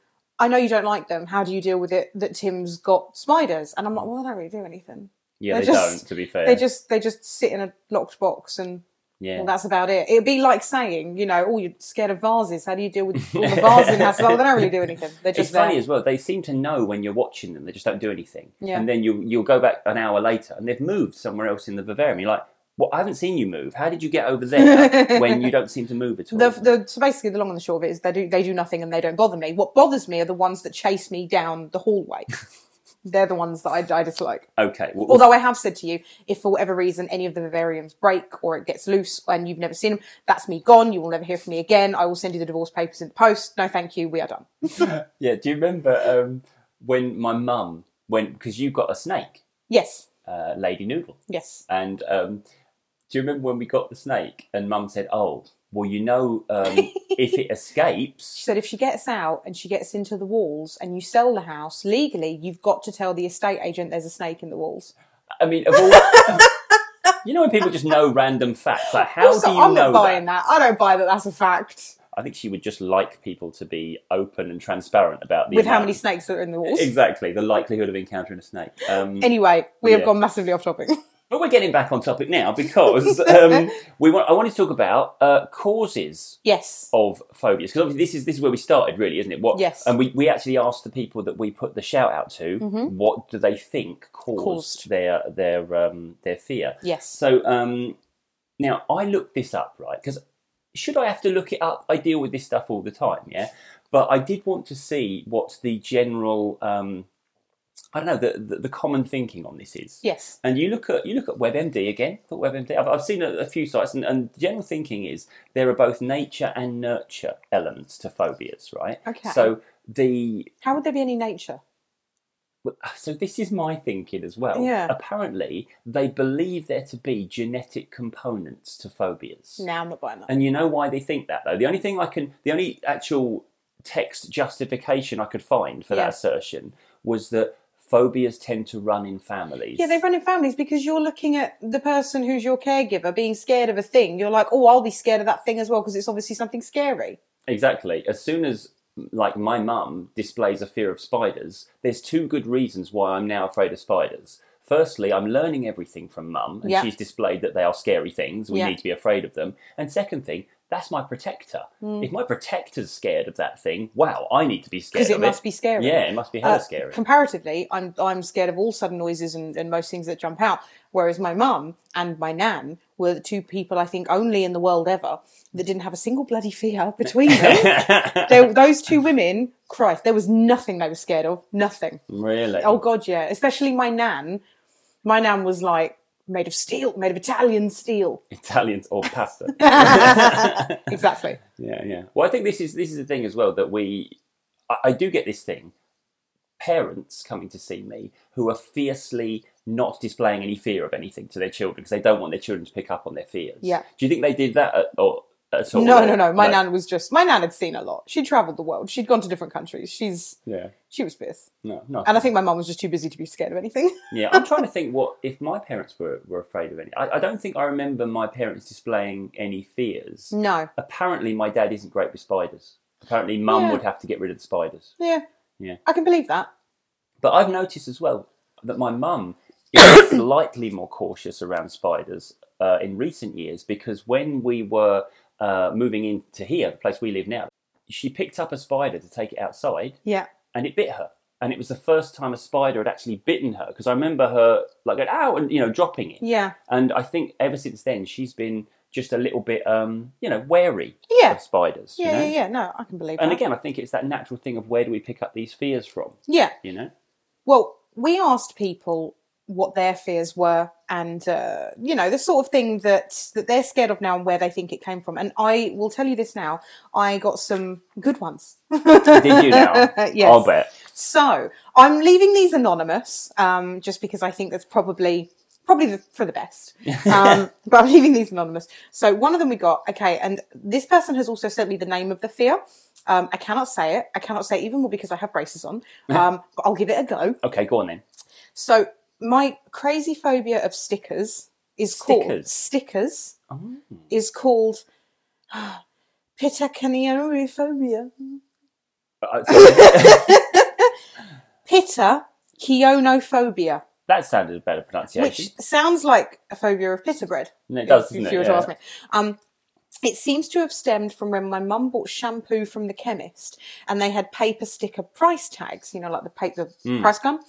[SPEAKER 2] I know you don't like them. How do you deal with it that Tim's got spiders? And I'm like, well, they don't really do anything.
[SPEAKER 1] Yeah,
[SPEAKER 2] they
[SPEAKER 1] they
[SPEAKER 2] just-
[SPEAKER 1] don't, to be fair.
[SPEAKER 2] They just they just sit in a locked box and
[SPEAKER 1] yeah.
[SPEAKER 2] well, that's about it. It'd be like saying, you know, oh, you're scared of vases. How do you deal with all the vases in the house? Well, they don't really do anything. They're just
[SPEAKER 1] it's funny
[SPEAKER 2] there.
[SPEAKER 1] as well. They seem to know when you're watching them. They just don't do anything.
[SPEAKER 2] Yeah.
[SPEAKER 1] And then you you'll go back an hour later, and they've moved somewhere else in the vivarium. You're like, "Well, I haven't seen you move. How did you get over there when you don't seem to move at all?"
[SPEAKER 2] The, the, so basically, the long and the short of it is they do they do nothing and they don't bother me. What bothers me are the ones that chase me down the hallway. They're the ones that I, I dislike.
[SPEAKER 1] okay. Well,
[SPEAKER 2] Although I have said to you, if for whatever reason any of the vivariums break or it gets loose and you've never seen them, that's me gone. You will never hear from me again. I will send you the divorce papers in the post. No, thank you. We are done.
[SPEAKER 1] yeah. Do you remember um, when my mum went because you got a snake,
[SPEAKER 2] Yes,
[SPEAKER 1] uh, Lady Noodle,
[SPEAKER 2] yes.
[SPEAKER 1] and um, do you remember when we got the snake and Mum said, "Oh, well, you know, um, if it
[SPEAKER 2] She
[SPEAKER 1] escapes."
[SPEAKER 2] said if she gets out and she gets into the walls and you sell the house legally, you've got to tell the estate agent there's a snake in the walls.
[SPEAKER 1] I mean, of all. You know when people just know random facts, like how
[SPEAKER 2] also,
[SPEAKER 1] do you
[SPEAKER 2] I'm
[SPEAKER 1] know
[SPEAKER 2] not
[SPEAKER 1] that?
[SPEAKER 2] buying that? I don't buy that. That's a fact.
[SPEAKER 1] I think she would just like people to be open and transparent about the
[SPEAKER 2] With how
[SPEAKER 1] amount-
[SPEAKER 2] many snakes are in the walls?
[SPEAKER 1] exactly the likelihood of encountering a snake. Um,
[SPEAKER 2] Anyway, we have
[SPEAKER 1] Yeah.
[SPEAKER 2] gone massively off topic.
[SPEAKER 1] but we're getting back on topic now because um, we want. I wanted to talk about uh, causes
[SPEAKER 2] yes.
[SPEAKER 1] of phobias because obviously this is this is where we started, really, isn't it? What?
[SPEAKER 2] Yes.
[SPEAKER 1] And we, we actually asked the people that we put the shout out to
[SPEAKER 2] Mhm.
[SPEAKER 1] what do they think caused,
[SPEAKER 2] Caused.
[SPEAKER 1] their their um, their fear.
[SPEAKER 2] Yes.
[SPEAKER 1] So um, now I looked this up, right? Because should I have to look it up? I deal with this stuff all the time, yeah. But I did want to see what the general, um, I don't know, the, the the common thinking on this is.
[SPEAKER 2] Yes.
[SPEAKER 1] And you look at you look at WebMD again. Look at WebMD. I've, I've seen a, a few sites, and, and the general thinking is there are both nature and nurture elements to phobias, right?
[SPEAKER 2] Okay.
[SPEAKER 1] So the
[SPEAKER 2] How would there be any nature?
[SPEAKER 1] well, uh, So this is my thinking as well.
[SPEAKER 2] Yeah.
[SPEAKER 1] Apparently, they believe there to be genetic components to phobias.
[SPEAKER 2] No, I'm not buying that.
[SPEAKER 1] And you know why they think that though? The only thing I can the only actual text justification I could find for
[SPEAKER 2] Yeah.
[SPEAKER 1] that assertion was that phobias tend to run in families.
[SPEAKER 2] Yeah, they run in families because you're looking at the person who's your caregiver being scared of a thing. You're like, oh, I'll be scared of that thing as well because it's obviously something scary.
[SPEAKER 1] Exactly. As soon as like my mum displays a fear of spiders, there's two good reasons why I'm now afraid of spiders. Firstly, I'm learning everything from mum, and
[SPEAKER 2] Yeah.
[SPEAKER 1] she's displayed that they are scary things. We
[SPEAKER 2] Yeah.
[SPEAKER 1] need to be afraid of them. And second thing, that's my protector.
[SPEAKER 2] Hmm.
[SPEAKER 1] If my protector's scared of that thing, wow, I need to be scared
[SPEAKER 2] Because
[SPEAKER 1] of
[SPEAKER 2] it must be scary.
[SPEAKER 1] Yeah, it must be hella
[SPEAKER 2] Uh,
[SPEAKER 1] scary.
[SPEAKER 2] Comparatively, I'm I'm scared of all sudden noises and, and most things that jump out. Whereas my mum and my nan were the two people I think only in the world ever that didn't have a single bloody fear between them. they, those two women, Christ, there was nothing they were scared of. Nothing.
[SPEAKER 1] Really?
[SPEAKER 2] Oh God, yeah. Especially my nan. My nan was like made of steel, made of Italian steel.
[SPEAKER 1] Italians or pasta.
[SPEAKER 2] Exactly.
[SPEAKER 1] yeah, yeah. Well, I think this is this is the thing as well that we, I, I do get this thing, parents coming to see me who are fiercely not displaying any fear of anything to their children because they don't want their children to pick up on their fears.
[SPEAKER 2] Yeah.
[SPEAKER 1] Do you think they did that at, or at all?
[SPEAKER 2] No, no, no. My nan was just my nan had seen a lot. She travelled the world. She'd gone to different countries. She's
[SPEAKER 1] Yeah.
[SPEAKER 2] she was fierce.
[SPEAKER 1] No. No.
[SPEAKER 2] And I think my mum was just too busy to be scared of anything.
[SPEAKER 1] yeah. I'm trying to think what if my parents were were afraid of any. I, I don't think I remember my parents displaying any fears.
[SPEAKER 2] no.
[SPEAKER 1] Apparently, my dad isn't great with spiders. Apparently, mum
[SPEAKER 2] Yeah.
[SPEAKER 1] would have to get rid of the spiders.
[SPEAKER 2] Yeah.
[SPEAKER 1] Yeah.
[SPEAKER 2] I can believe that.
[SPEAKER 1] But I've noticed as well that my mum is slightly more cautious around spiders uh, in recent years because when we were uh, moving into here, the place we live now, she picked up a spider to take it outside
[SPEAKER 2] Yeah.
[SPEAKER 1] and it bit her. And it was the first time a spider had actually bitten her because I remember her like going, ow, and you know, dropping it.
[SPEAKER 2] Yeah.
[SPEAKER 1] And I think ever since then, she's been just a little bit, um, you know, wary
[SPEAKER 2] Yeah.
[SPEAKER 1] of spiders. you
[SPEAKER 2] Yeah,
[SPEAKER 1] know?
[SPEAKER 2] yeah, yeah. No, I can believe
[SPEAKER 1] And
[SPEAKER 2] that.
[SPEAKER 1] again, I think it's that natural thing of where do we pick up these fears from,
[SPEAKER 2] yeah.
[SPEAKER 1] you know?
[SPEAKER 2] Well, we asked people what their fears were and uh, you know the sort of thing that that they're scared of now and where they think it came from and i will tell you this now i got some good ones
[SPEAKER 1] Did you now?
[SPEAKER 2] Yes.
[SPEAKER 1] I'll bet.
[SPEAKER 2] So I'm leaving these anonymous, um, just because I think that's probably probably the, for the best. Um, but I'm leaving these anonymous. So one of them we got okay, and this person has also sent me the name of the fear. Um, I cannot say it. I cannot say it even more because I have braces on. Um, but I'll give it a go.
[SPEAKER 1] Okay, go on then.
[SPEAKER 2] So my crazy phobia of stickers is called
[SPEAKER 1] Stickers?
[SPEAKER 2] stickers
[SPEAKER 1] Oh.
[SPEAKER 2] is called pitachaniophobia.
[SPEAKER 1] Uh, so
[SPEAKER 2] Pitta chionophobia,
[SPEAKER 1] that sounded a better pronunciation.
[SPEAKER 2] which sounds like a phobia of pita bread.
[SPEAKER 1] And it does,
[SPEAKER 2] if
[SPEAKER 1] doesn't it?
[SPEAKER 2] you were to
[SPEAKER 1] Yeah.
[SPEAKER 2] ask me. Um, it seems to have stemmed from when my mum bought shampoo from the chemist and they had paper sticker price tags, you know, like the paper
[SPEAKER 1] Hmm.
[SPEAKER 2] price gun.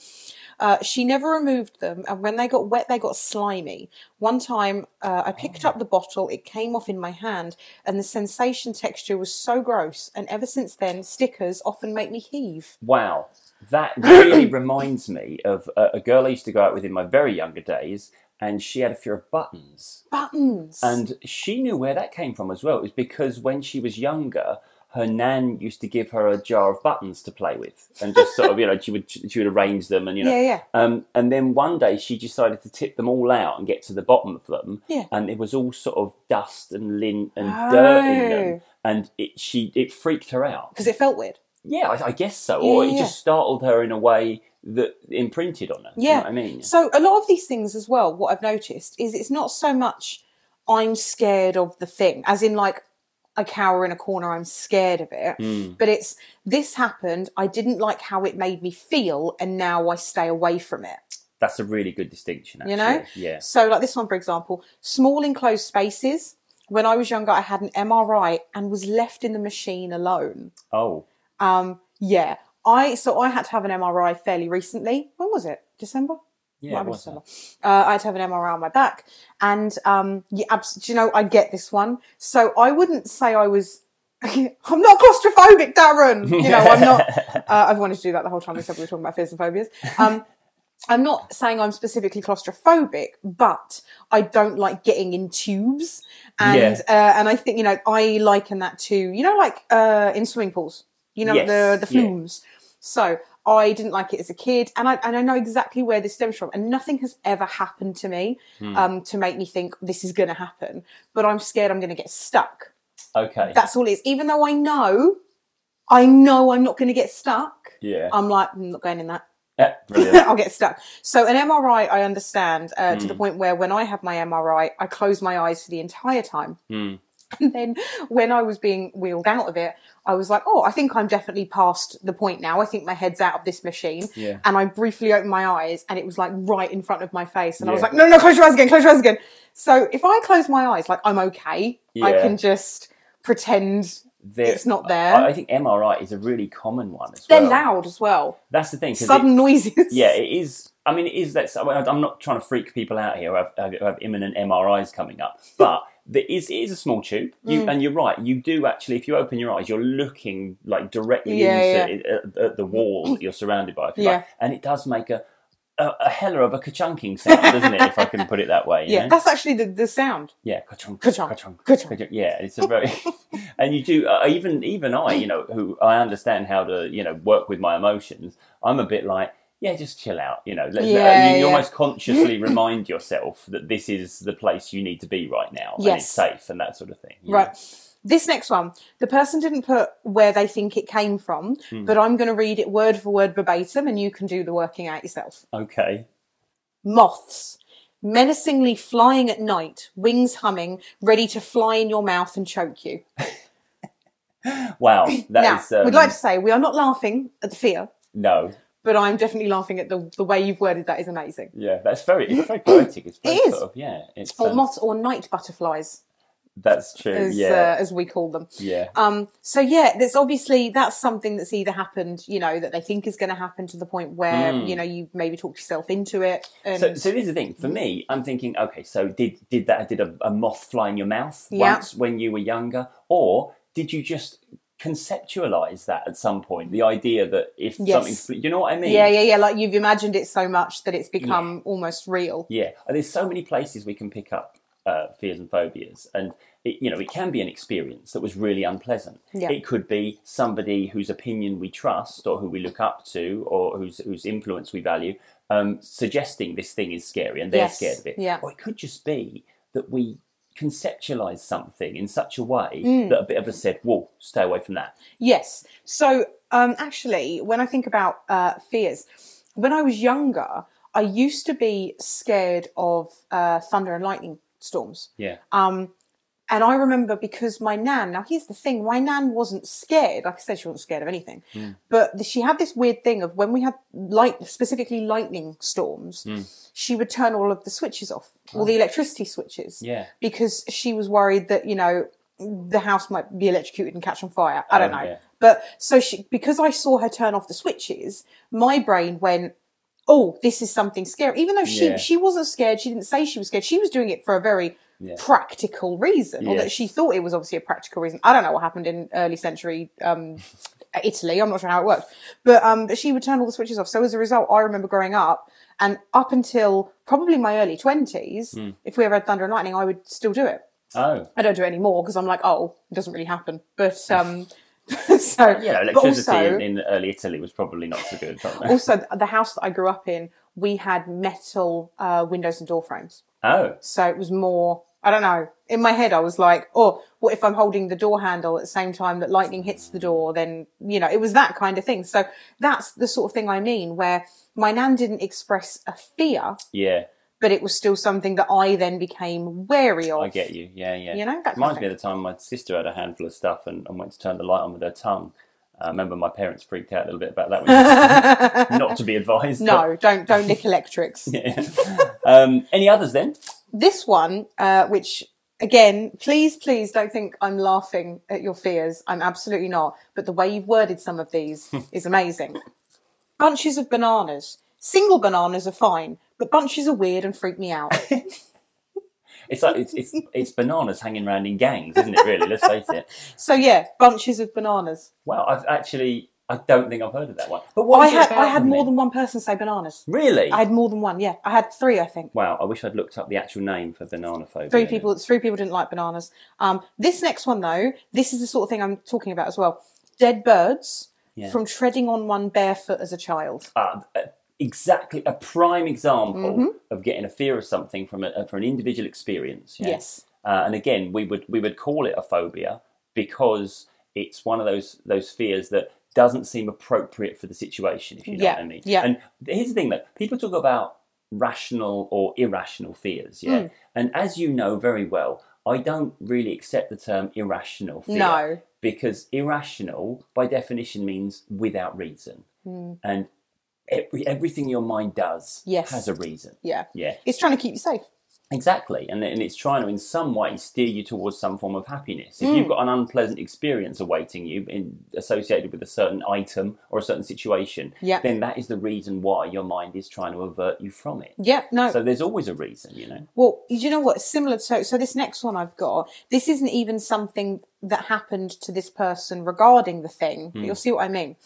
[SPEAKER 2] Uh, she never removed them, and when they got wet, they got slimy. One time, uh, I picked up the bottle, it came off in my hand, and the sensation texture was so gross. And ever since then, stickers often make me heave.
[SPEAKER 1] Wow, that really reminds me of a, a girl I used to go out with in my very younger days, and she had a fear of buttons.
[SPEAKER 2] Buttons.
[SPEAKER 1] And she knew where that came from as well. It was because when she was younger, her nan used to give her a jar of buttons to play with, and just sort of you know she would she would arrange them and you know
[SPEAKER 2] Yeah, yeah.
[SPEAKER 1] Um, and then one day she decided to tip them all out and get to the bottom of them,
[SPEAKER 2] Yeah.
[SPEAKER 1] and it was all sort of dust and lint and dirt in them,
[SPEAKER 2] Oh.
[SPEAKER 1] and it she it freaked her out.
[SPEAKER 2] Because it felt weird.
[SPEAKER 1] Yeah, I, I guess so. Or
[SPEAKER 2] Yeah,
[SPEAKER 1] it
[SPEAKER 2] yeah.
[SPEAKER 1] just startled her in a way that imprinted on her. Do you know
[SPEAKER 2] Yeah.
[SPEAKER 1] what I mean?
[SPEAKER 2] So a lot of these things as well, what I've noticed is it's not so much I'm scared of the thing, as in like I cower in a corner, I'm scared of it.
[SPEAKER 1] Hmm.
[SPEAKER 2] But it's this happened, I didn't like how it made me feel, and now I stay away from it.
[SPEAKER 1] That's a really good distinction, actually.
[SPEAKER 2] You know?
[SPEAKER 1] Yeah.
[SPEAKER 2] So like this one, for example, small enclosed spaces. When I was younger, I had an MRI and was left in the machine alone.
[SPEAKER 1] Oh,
[SPEAKER 2] Um, yeah. I so I had to have an MRI fairly recently. When was it? December?
[SPEAKER 1] yeah.
[SPEAKER 2] Might
[SPEAKER 1] it
[SPEAKER 2] be
[SPEAKER 1] was
[SPEAKER 2] December. Uh, I had to have an MRI on my back, and um, yeah, abs- do you know I get this one? So I wouldn't say I was. I'm not claustrophobic, Darren. You know, I'm not. Uh, I've wanted to do that the whole time except we were talking about fears and phobias. Um, I'm not saying I'm specifically claustrophobic, but I don't like getting in tubes, and uh, and I think you know I liken that to you know like uh, in swimming pools, you know
[SPEAKER 1] Yes,
[SPEAKER 2] the the
[SPEAKER 1] yeah.
[SPEAKER 2] flumes. So I didn't like it as a kid, and I and I know exactly where this stems from, and nothing has ever happened to me
[SPEAKER 1] Hmm.
[SPEAKER 2] um, to make me think this is going to happen. But I'm scared I'm going to get stuck.
[SPEAKER 1] Okay.
[SPEAKER 2] That's all it is. Even though I know, I know I'm not going to get stuck.
[SPEAKER 1] yeah.
[SPEAKER 2] I'm like I'm not going in that.
[SPEAKER 1] Eh, brilliant.
[SPEAKER 2] I'll get stuck. So an MRI, I understand uh,
[SPEAKER 1] Hmm.
[SPEAKER 2] to the point where when I have my MRI, I close my eyes for the entire time.
[SPEAKER 1] Mm.
[SPEAKER 2] And then when I was being wheeled out of it, I was like, "Oh, I think I'm definitely past the point now. I think my head's out of this machine."
[SPEAKER 1] Yeah.
[SPEAKER 2] And I briefly opened my eyes, and it was like right in front of my face, and I was
[SPEAKER 1] Yeah.
[SPEAKER 2] like, "No, no, close your eyes again. Close your eyes again." So if I close my eyes, like I'm okay, I
[SPEAKER 1] Yeah.
[SPEAKER 2] can just pretend
[SPEAKER 1] There-
[SPEAKER 2] it's not there.
[SPEAKER 1] I, I think MRI is a really common one as
[SPEAKER 2] they're
[SPEAKER 1] well.
[SPEAKER 2] loud as well,
[SPEAKER 1] That's the thing. 'cause it-
[SPEAKER 2] sudden noises.
[SPEAKER 1] yeah, it is. I mean, it is. That's. I mean, I'm not trying to freak people out here. who have, have, who have imminent MRIs coming up, but there is it is a small tube. You,
[SPEAKER 2] Mm.
[SPEAKER 1] And you're right. You do actually. If you open your eyes, you're looking like directly
[SPEAKER 2] Yeah,
[SPEAKER 1] into It, at, at the wall that you're surrounded by. If you
[SPEAKER 2] Yeah.
[SPEAKER 1] like. And it does make a a, a heller of a ka-chunking sound, doesn't it? If I can put it that way. you
[SPEAKER 2] yeah.
[SPEAKER 1] know?
[SPEAKER 2] That's actually the, the sound.
[SPEAKER 1] Yeah, ka-chunk,
[SPEAKER 2] Ka-chunk,
[SPEAKER 1] ka-chunk,
[SPEAKER 2] ka-chunk.
[SPEAKER 1] ka-chunk. Yeah, it's a very, and you do uh, even even I, you know, who I understand how to you know work with my emotions. I'm a bit like, yeah, just chill out, you know. Let, let-
[SPEAKER 2] Yeah,
[SPEAKER 1] you, you
[SPEAKER 2] yeah.
[SPEAKER 1] almost consciously remind yourself that this is the place you need to be right now, and it's
[SPEAKER 2] Yes.
[SPEAKER 1] safe and that sort of thing. you know.
[SPEAKER 2] Right. This next one, the person didn't put where they think it came from,
[SPEAKER 1] Hmm.
[SPEAKER 2] but I'm going to read it word for word verbatim and you can do the working out yourself.
[SPEAKER 1] Okay.
[SPEAKER 2] Moths, menacingly flying at night, wings humming, ready to fly in your mouth and choke you.
[SPEAKER 1] Wow.
[SPEAKER 2] now,
[SPEAKER 1] That is um,
[SPEAKER 2] we'd like to say we are not laughing at the fear,
[SPEAKER 1] no.
[SPEAKER 2] but I'm definitely laughing at the, the way you've worded that is amazing.
[SPEAKER 1] Yeah, that's very it's very poetic. It's very
[SPEAKER 2] It is.
[SPEAKER 1] Sort of, yeah, it's
[SPEAKER 2] Or
[SPEAKER 1] um,
[SPEAKER 2] moths or night butterflies,
[SPEAKER 1] that's true.
[SPEAKER 2] as,
[SPEAKER 1] yeah,
[SPEAKER 2] uh, as we call them.
[SPEAKER 1] yeah.
[SPEAKER 2] Um, so yeah, there's obviously that's something that's either happened, you know, that they think is going to happen to the point where you know you maybe talked yourself into it. And
[SPEAKER 1] Hmm. So, so this is the thing for me. I'm thinking, okay, so did did that? Did a, a moth fly in your mouth
[SPEAKER 2] Yeah.
[SPEAKER 1] once when you were younger, or did you just conceptualize that at some point? The idea that if
[SPEAKER 2] Yes.
[SPEAKER 1] something, fl- you know what I mean?
[SPEAKER 2] yeah, yeah, yeah, like you've imagined it so much that it's become almost real.
[SPEAKER 1] Yeah. And there's so many places we can pick up uh, fears and phobias, and it, you know it can be an experience that was really unpleasant.
[SPEAKER 2] Yeah.
[SPEAKER 1] It could be somebody whose opinion we trust, or who we look up to, or whose whose influence we value, um, suggesting this thing is scary, and they're
[SPEAKER 2] Yes.
[SPEAKER 1] scared of it.
[SPEAKER 2] Yeah.
[SPEAKER 1] Or it could just be that we conceptualize something in such a way
[SPEAKER 2] Mm.
[SPEAKER 1] that a bit of us said, "Whoa, stay away from that."
[SPEAKER 2] Yes. So um, actually, when I think about uh, fears, when I was younger, I used to be scared of uh, thunder and lightning storms.
[SPEAKER 1] Yeah.
[SPEAKER 2] Um, and I remember because my nan, now here's the thing, my nan wasn't scared. Like I said, she wasn't scared of anything.
[SPEAKER 1] Hmm.
[SPEAKER 2] But she had this weird thing of when we had light, specifically lightning storms,
[SPEAKER 1] Hmm.
[SPEAKER 2] she would turn all of the switches off, all the electricity switches.
[SPEAKER 1] Oh. Yeah.
[SPEAKER 2] Because she was worried that, you know, the house might be electrocuted and catch on fire. I don't
[SPEAKER 1] Oh,
[SPEAKER 2] know.
[SPEAKER 1] yeah.
[SPEAKER 2] But so she, because I saw her turn off the switches, my brain went, oh, this is something scary. Even though she
[SPEAKER 1] Yeah.
[SPEAKER 2] she wasn't scared, she didn't say she was scared. She was doing it for a very
[SPEAKER 1] Yeah.
[SPEAKER 2] practical reason, or
[SPEAKER 1] Yeah.
[SPEAKER 2] that she thought it was obviously a practical reason. I don't know what happened in early century um, Italy. I'm not sure how it worked, but um, but she would turn all the switches off. So as a result, I remember growing up. And up until probably my early 20s,
[SPEAKER 1] Hmm.
[SPEAKER 2] if we ever had thunder and lightning, I would still do it.
[SPEAKER 1] Oh.
[SPEAKER 2] I don't do it anymore because I'm like, oh, it doesn't really happen. But um, so
[SPEAKER 1] You know,
[SPEAKER 2] but
[SPEAKER 1] electricity
[SPEAKER 2] also-
[SPEAKER 1] in, in early Italy was probably not so good. Probably.
[SPEAKER 2] also th- the house that I grew up in, we had metal uh, windows and door frames,
[SPEAKER 1] oh.
[SPEAKER 2] so it was more. I don't know. In my head, I was like, "Oh, what if I'm holding the door handle at the same time that lightning hits the door?" Then you know, it was that kind of thing. So that's the sort of thing I mean, where my nan didn't express a fear,
[SPEAKER 1] Yeah.
[SPEAKER 2] but it was still something that I then became wary of.
[SPEAKER 1] I get you. Yeah, yeah.
[SPEAKER 2] You know, that kind of
[SPEAKER 1] reminds me
[SPEAKER 2] thing.
[SPEAKER 1] of the time my sister had a handful of stuff and, and went to turn the light on with her tongue. I remember my parents freaked out a little bit about that. When not to be advised.
[SPEAKER 2] No, don't don't nick electrics.
[SPEAKER 1] but- yeah. um, any others then?
[SPEAKER 2] this one, uh, which again, please, please don't think I'm laughing at your fears. I'm absolutely not. But the way you've worded some of these
[SPEAKER 1] Hmm.
[SPEAKER 2] is amazing. Bunches of bananas. Single bananas are fine, but bunches are weird and freak me out.
[SPEAKER 1] It's like it's it's, it's bananas hanging around in gangs, isn't it? Really, let's face it.
[SPEAKER 2] so yeah, bunches of bananas.
[SPEAKER 1] Well, I've actually I don't think I've heard of that one. But what
[SPEAKER 2] I
[SPEAKER 1] is it
[SPEAKER 2] had
[SPEAKER 1] about
[SPEAKER 2] I had
[SPEAKER 1] them
[SPEAKER 2] more
[SPEAKER 1] then?
[SPEAKER 2] than one person say bananas.
[SPEAKER 1] really.
[SPEAKER 2] I had more than one. Yeah, I had three. I think
[SPEAKER 1] Wow, I wish I'd looked up the actual name for banana phobia.
[SPEAKER 2] three people. Three people didn't like bananas. Um, this next one though, this is the sort of thing I'm talking about as well. Dead birds
[SPEAKER 1] Yeah.
[SPEAKER 2] from treading on one barefoot as a child.
[SPEAKER 1] Ah, uh, exactly a prime example
[SPEAKER 2] Mm-hmm.
[SPEAKER 1] of getting a fear of something from a, uh, from an individual experience. yeah.
[SPEAKER 2] Yes.
[SPEAKER 1] Uh, and again, we would we would call it a phobia because it's one of those those fears that doesn't seem appropriate for the situation. If you know
[SPEAKER 2] Yeah,
[SPEAKER 1] what I mean.
[SPEAKER 2] yeah.
[SPEAKER 1] And here's the thing, though: people talk about rational or irrational fears.
[SPEAKER 2] Hmm.
[SPEAKER 1] Yeah. And as you know very well, I don't really accept the term irrational fear
[SPEAKER 2] No.
[SPEAKER 1] because irrational, by definition, means without reason. And every, everything your mind does
[SPEAKER 2] Hmm. Yes.
[SPEAKER 1] has a reason.
[SPEAKER 2] Yeah.
[SPEAKER 1] Yeah.
[SPEAKER 2] It's trying to keep you safe.
[SPEAKER 1] Exactly, and, and it's trying to, in some way, steer you towards some form of happiness. If you've got an unpleasant experience awaiting you, in, associated with a certain item or a certain situation,
[SPEAKER 2] Yeah.
[SPEAKER 1] then that is the reason why your mind is trying to avert you from it.
[SPEAKER 2] Yeah, no.
[SPEAKER 1] So there's always a reason, you know.
[SPEAKER 2] well, you know what? Similar to so this next one I've got, this isn't even something that happened to this person regarding the thing, but you'll see what I mean.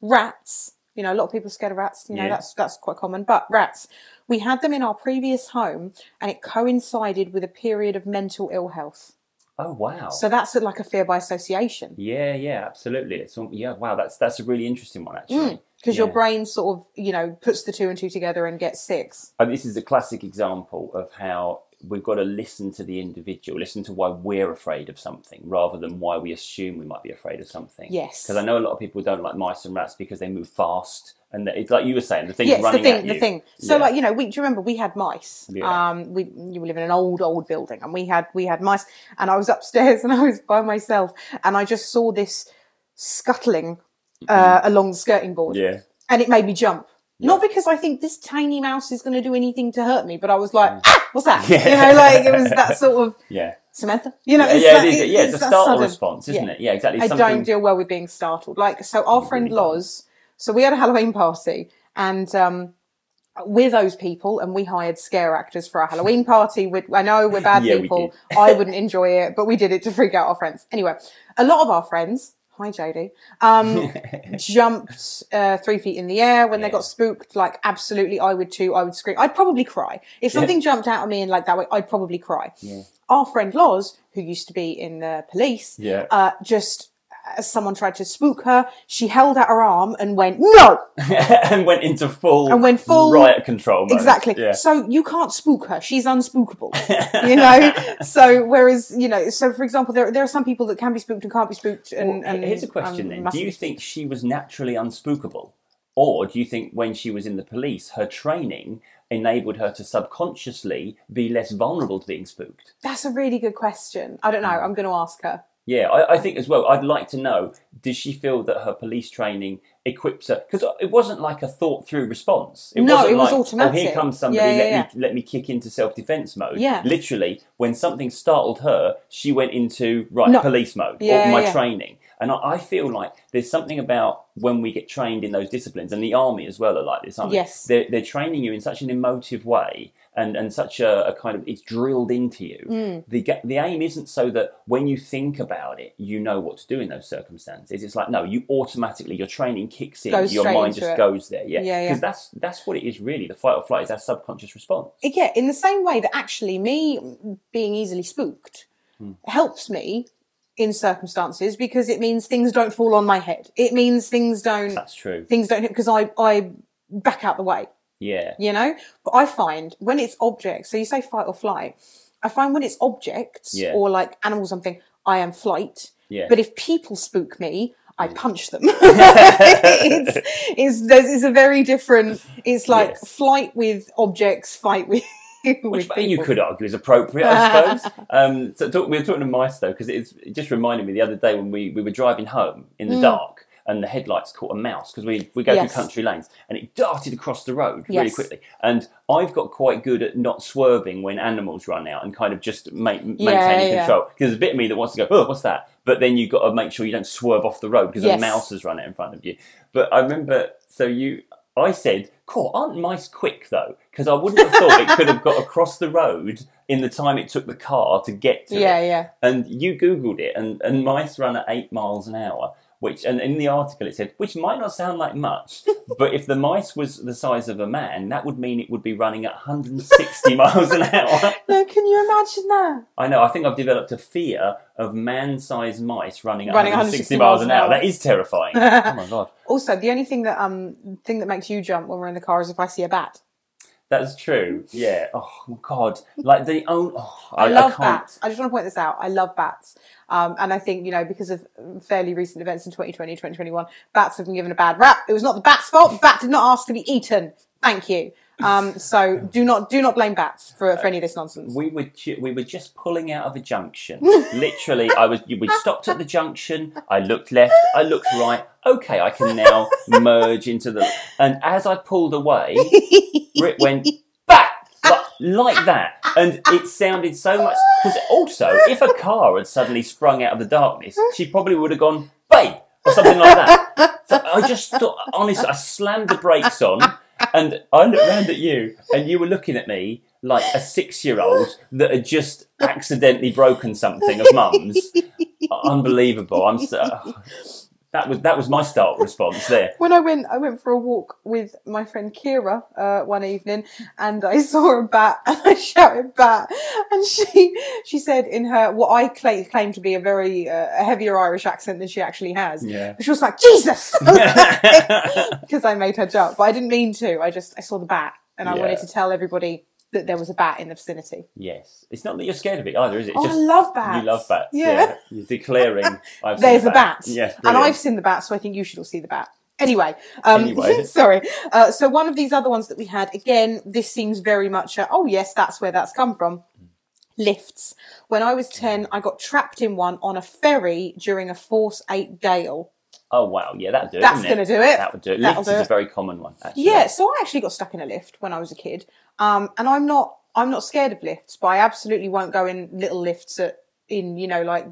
[SPEAKER 2] Rats, you know, a lot of people are scared of rats, you know,
[SPEAKER 1] Yeah.
[SPEAKER 2] that's that's quite common. But rats. We had them in our previous home and it coincided with a period of mental ill health.
[SPEAKER 1] Oh wow.
[SPEAKER 2] So that's like a fear by association.
[SPEAKER 1] yeah, yeah, absolutely. It's all, yeah, wow. That's that's a really interesting one actually.
[SPEAKER 2] Because your
[SPEAKER 1] Yeah.
[SPEAKER 2] brain sort of, you know, puts the two and two together and gets six.
[SPEAKER 1] And this is a classic example of how we've got to listen to the individual, listen to why we're afraid of something rather than why we assume we might be afraid of something.
[SPEAKER 2] Yes.
[SPEAKER 1] Because I know a lot of people don't like mice and rats because they move fast. And that- it's like you were saying, the thing's
[SPEAKER 2] Yes, the
[SPEAKER 1] running
[SPEAKER 2] thing,
[SPEAKER 1] at
[SPEAKER 2] the
[SPEAKER 1] you.
[SPEAKER 2] thing. So,
[SPEAKER 1] Yeah.
[SPEAKER 2] like you know, we do you remember we had mice.
[SPEAKER 1] Yeah.
[SPEAKER 2] Um, we you live in an old, old building, and we had we had mice. And I was upstairs, and I was by myself, and I just saw this scuttling uh, along the skirting board,
[SPEAKER 1] Mm. Yeah.
[SPEAKER 2] and it made me jump. Not because I think this tiny mouse is going to do anything to hurt me, but I was like, ah, "What's that?"
[SPEAKER 1] Mm. Yeah.
[SPEAKER 2] You know, like it was that sort of
[SPEAKER 1] Yeah.
[SPEAKER 2] Samantha. You know,
[SPEAKER 1] Yeah,
[SPEAKER 2] it's
[SPEAKER 1] yeah,
[SPEAKER 2] that-
[SPEAKER 1] it is.
[SPEAKER 2] it-
[SPEAKER 1] yeah, it's, a
[SPEAKER 2] that
[SPEAKER 1] startle
[SPEAKER 2] sudden-
[SPEAKER 1] response, isn't
[SPEAKER 2] Yeah.
[SPEAKER 1] it? Yeah, exactly.
[SPEAKER 2] I
[SPEAKER 1] Something-
[SPEAKER 2] don't deal well with being startled. Like, so our friend
[SPEAKER 1] really don't.
[SPEAKER 2] Loz, so we had a Halloween party and, um, we're those people and we hired scare actors for our Halloween party. We, I know we're bad
[SPEAKER 1] Yeah, we
[SPEAKER 2] people. I wouldn't enjoy it, but we did it to freak out our friends. Anyway, a lot of our friends, hi JD, um, jumped uh, three feet in the air when they
[SPEAKER 1] Yeah.
[SPEAKER 2] got spooked. Like, absolutely, I would too. I would scream. I'd probably cry. If something jumped out at me and like that way, I'd probably cry. Our friend Loz, who used to be in the police,
[SPEAKER 1] Yeah.
[SPEAKER 2] uh, just as someone tried to spook her, she held out her arm and went, No!
[SPEAKER 1] and went into full
[SPEAKER 2] And went full-
[SPEAKER 1] riot control mode.
[SPEAKER 2] Exactly.
[SPEAKER 1] Yeah.
[SPEAKER 2] So you can't spook her. She's unspookable. you know? So, whereas, you know, so for example, there, there are some people that can be spooked and can't be spooked. And,
[SPEAKER 1] Well,
[SPEAKER 2] and
[SPEAKER 1] here's a question
[SPEAKER 2] um,
[SPEAKER 1] then:
[SPEAKER 2] must
[SPEAKER 1] Do you
[SPEAKER 2] be-
[SPEAKER 1] think she was naturally unspookable, or do you think when she was in the police, her training enabled her to subconsciously be less vulnerable to being spooked?
[SPEAKER 2] That's a really good question. I don't know.
[SPEAKER 1] Hmm.
[SPEAKER 2] I'm going to ask her.
[SPEAKER 1] Yeah, I, I think as well, I'd like to know did she feel that her police training equips her? Because it wasn't like a thought through response.
[SPEAKER 2] No,
[SPEAKER 1] wasn't
[SPEAKER 2] it was
[SPEAKER 1] like,
[SPEAKER 2] automatic.
[SPEAKER 1] Oh, here comes somebody,
[SPEAKER 2] Yeah, yeah,
[SPEAKER 1] let,
[SPEAKER 2] yeah.
[SPEAKER 1] Me, let me kick into self defense mode.
[SPEAKER 2] Yeah.
[SPEAKER 1] Literally, when something startled her, she went into, right,
[SPEAKER 2] No.
[SPEAKER 1] police mode
[SPEAKER 2] Yeah,
[SPEAKER 1] or my
[SPEAKER 2] yeah.
[SPEAKER 1] training. And I, I feel like there's something about when we get trained in those disciplines, and the army as well are like this, aren't they?
[SPEAKER 2] Yes.
[SPEAKER 1] They're, they're training you in such an emotive way. And, and such a, a kind of it's drilled into you.
[SPEAKER 2] Mm.
[SPEAKER 1] The The ga- the aim isn't so that when you think about it, you know what to do in those circumstances. It's like no, you automatically your training kicks in,
[SPEAKER 2] Goes
[SPEAKER 1] your
[SPEAKER 2] straight
[SPEAKER 1] mind
[SPEAKER 2] into
[SPEAKER 1] just
[SPEAKER 2] it.
[SPEAKER 1] goes there. Yeah,
[SPEAKER 2] Yeah, yeah.
[SPEAKER 1] because that's that's what it is really. The fight or flight is our subconscious response.
[SPEAKER 2] yeah, in the same way that actually me being easily spooked helps me in circumstances because it means things don't fall on my head. It means things don't
[SPEAKER 1] That's true.
[SPEAKER 2] things don't because I I back out the way,
[SPEAKER 1] Yeah,
[SPEAKER 2] you know. But I find when it's objects, so you say fight or flight. I find when it's objects
[SPEAKER 1] Yeah.
[SPEAKER 2] or like animals, or something, I am flight.
[SPEAKER 1] Yeah.
[SPEAKER 2] But if people spook me, I punch them. it's, it's, there's, it's a very different. It's like
[SPEAKER 1] Yes.
[SPEAKER 2] flight with objects, fight with. with
[SPEAKER 1] which maybe you
[SPEAKER 2] people.
[SPEAKER 1] could argue is appropriate, I suppose. um, so talk, we were talking to mice though, because it just reminded me the other day when we, we were driving home in the dark and the headlights caught a mouse because we, we go
[SPEAKER 2] Mm. Yes.
[SPEAKER 1] through country lanes and it darted across the road really
[SPEAKER 2] Yes.
[SPEAKER 1] quickly. And I've got quite good at not swerving when animals run out and kind of just ma- maintaining
[SPEAKER 2] yeah.
[SPEAKER 1] control. Because there's a bit of me that wants to go, oh, what's that? But then you've got to make sure you don't swerve off the road because
[SPEAKER 2] Yes.
[SPEAKER 1] a mouse has run out in front of you. But I remember, so you, I said, "Cool, aren't mice quick though?" Because I wouldn't have thought it could have got across the road in the time it took the car to get to
[SPEAKER 2] Yeah,
[SPEAKER 1] it.
[SPEAKER 2] yeah.
[SPEAKER 1] And you googled it, and, and mice run at eight miles an hour. Which and in the article it said, which might not sound like much, but if the mice was the size of a man, that would mean it would be running at 160 miles an hour.
[SPEAKER 2] No, can you imagine that?
[SPEAKER 1] I know. I think I've developed a fear of man-sized mice running at
[SPEAKER 2] Running
[SPEAKER 1] 160 miles an hour. That is terrifying. oh my god.
[SPEAKER 2] Also, the only thing that um thing that makes you jump when we're in the car is if I see a bat.
[SPEAKER 1] That's true. Yeah. Oh God. Like the own. Oh, I,
[SPEAKER 2] I love
[SPEAKER 1] can't-
[SPEAKER 2] bats. I just want to point this out. I love bats. Um, and I think, you know, because of fairly recent events in 2020, 2021, bats have been given a bad rap. It was not the bat's fault. Bat did not ask to be eaten. Thank you. Um, so do not do not blame bats for, for any of this nonsense.
[SPEAKER 1] We were ju- we were just pulling out of a junction. Literally, I was. We stopped at the junction. I looked left. I looked right. Okay, I can now merge into the. And as I pulled away, Rick went back like, like that, and it sounded so much. Because also, if a car had suddenly sprung out of the darkness, she probably would have gone babe or something like that. So I just thought, honestly, I slammed the brakes on, and I looked round at you, and you were looking at me like a six-year-old that had just accidentally broken something of mum's. Unbelievable! I'm so. That was that was my start response there.
[SPEAKER 2] When I went, I went for a walk with my friend Kira uh, one evening, and I saw a bat, and I shouted "bat," and she she said in her what I claim, claim to be a very uh, a heavier Irish accent than she actually has.
[SPEAKER 1] Yeah.
[SPEAKER 2] She was like Jesus, because I made her jump, but I didn't mean to. I just I saw the bat, and I
[SPEAKER 1] Yeah.
[SPEAKER 2] wanted to tell everybody that there was a bat in the vicinity.
[SPEAKER 1] Yes, it's not that you're scared of it either, is it? It's
[SPEAKER 2] oh, I love bats.
[SPEAKER 1] You love bats. Yeah.
[SPEAKER 2] Yeah.
[SPEAKER 1] You're declaring. I've seen
[SPEAKER 2] There's a bat.
[SPEAKER 1] Yes.
[SPEAKER 2] and I've
[SPEAKER 1] brilliant.
[SPEAKER 2] seen the bat, so I think you should all see the bat. Anyway, um,
[SPEAKER 1] Anyway.
[SPEAKER 2] sorry. Uh, so one of these other ones that we had, again, this seems very much a, oh yes, that's where that's come from. Lifts. When I was 10, I got trapped in one on a ferry during a force 8 gale.
[SPEAKER 1] Oh wow. Yeah, that'd do it.
[SPEAKER 2] That's
[SPEAKER 1] wouldn't
[SPEAKER 2] gonna do it.
[SPEAKER 1] That would do it.
[SPEAKER 2] That'll
[SPEAKER 1] Lifts
[SPEAKER 2] do
[SPEAKER 1] is a
[SPEAKER 2] it.
[SPEAKER 1] very common one. Actually.
[SPEAKER 2] Yeah, so I actually got stuck in a lift when I was a kid. Um, and I'm not I'm not scared of lifts, but I absolutely won't go in little lifts at in you know like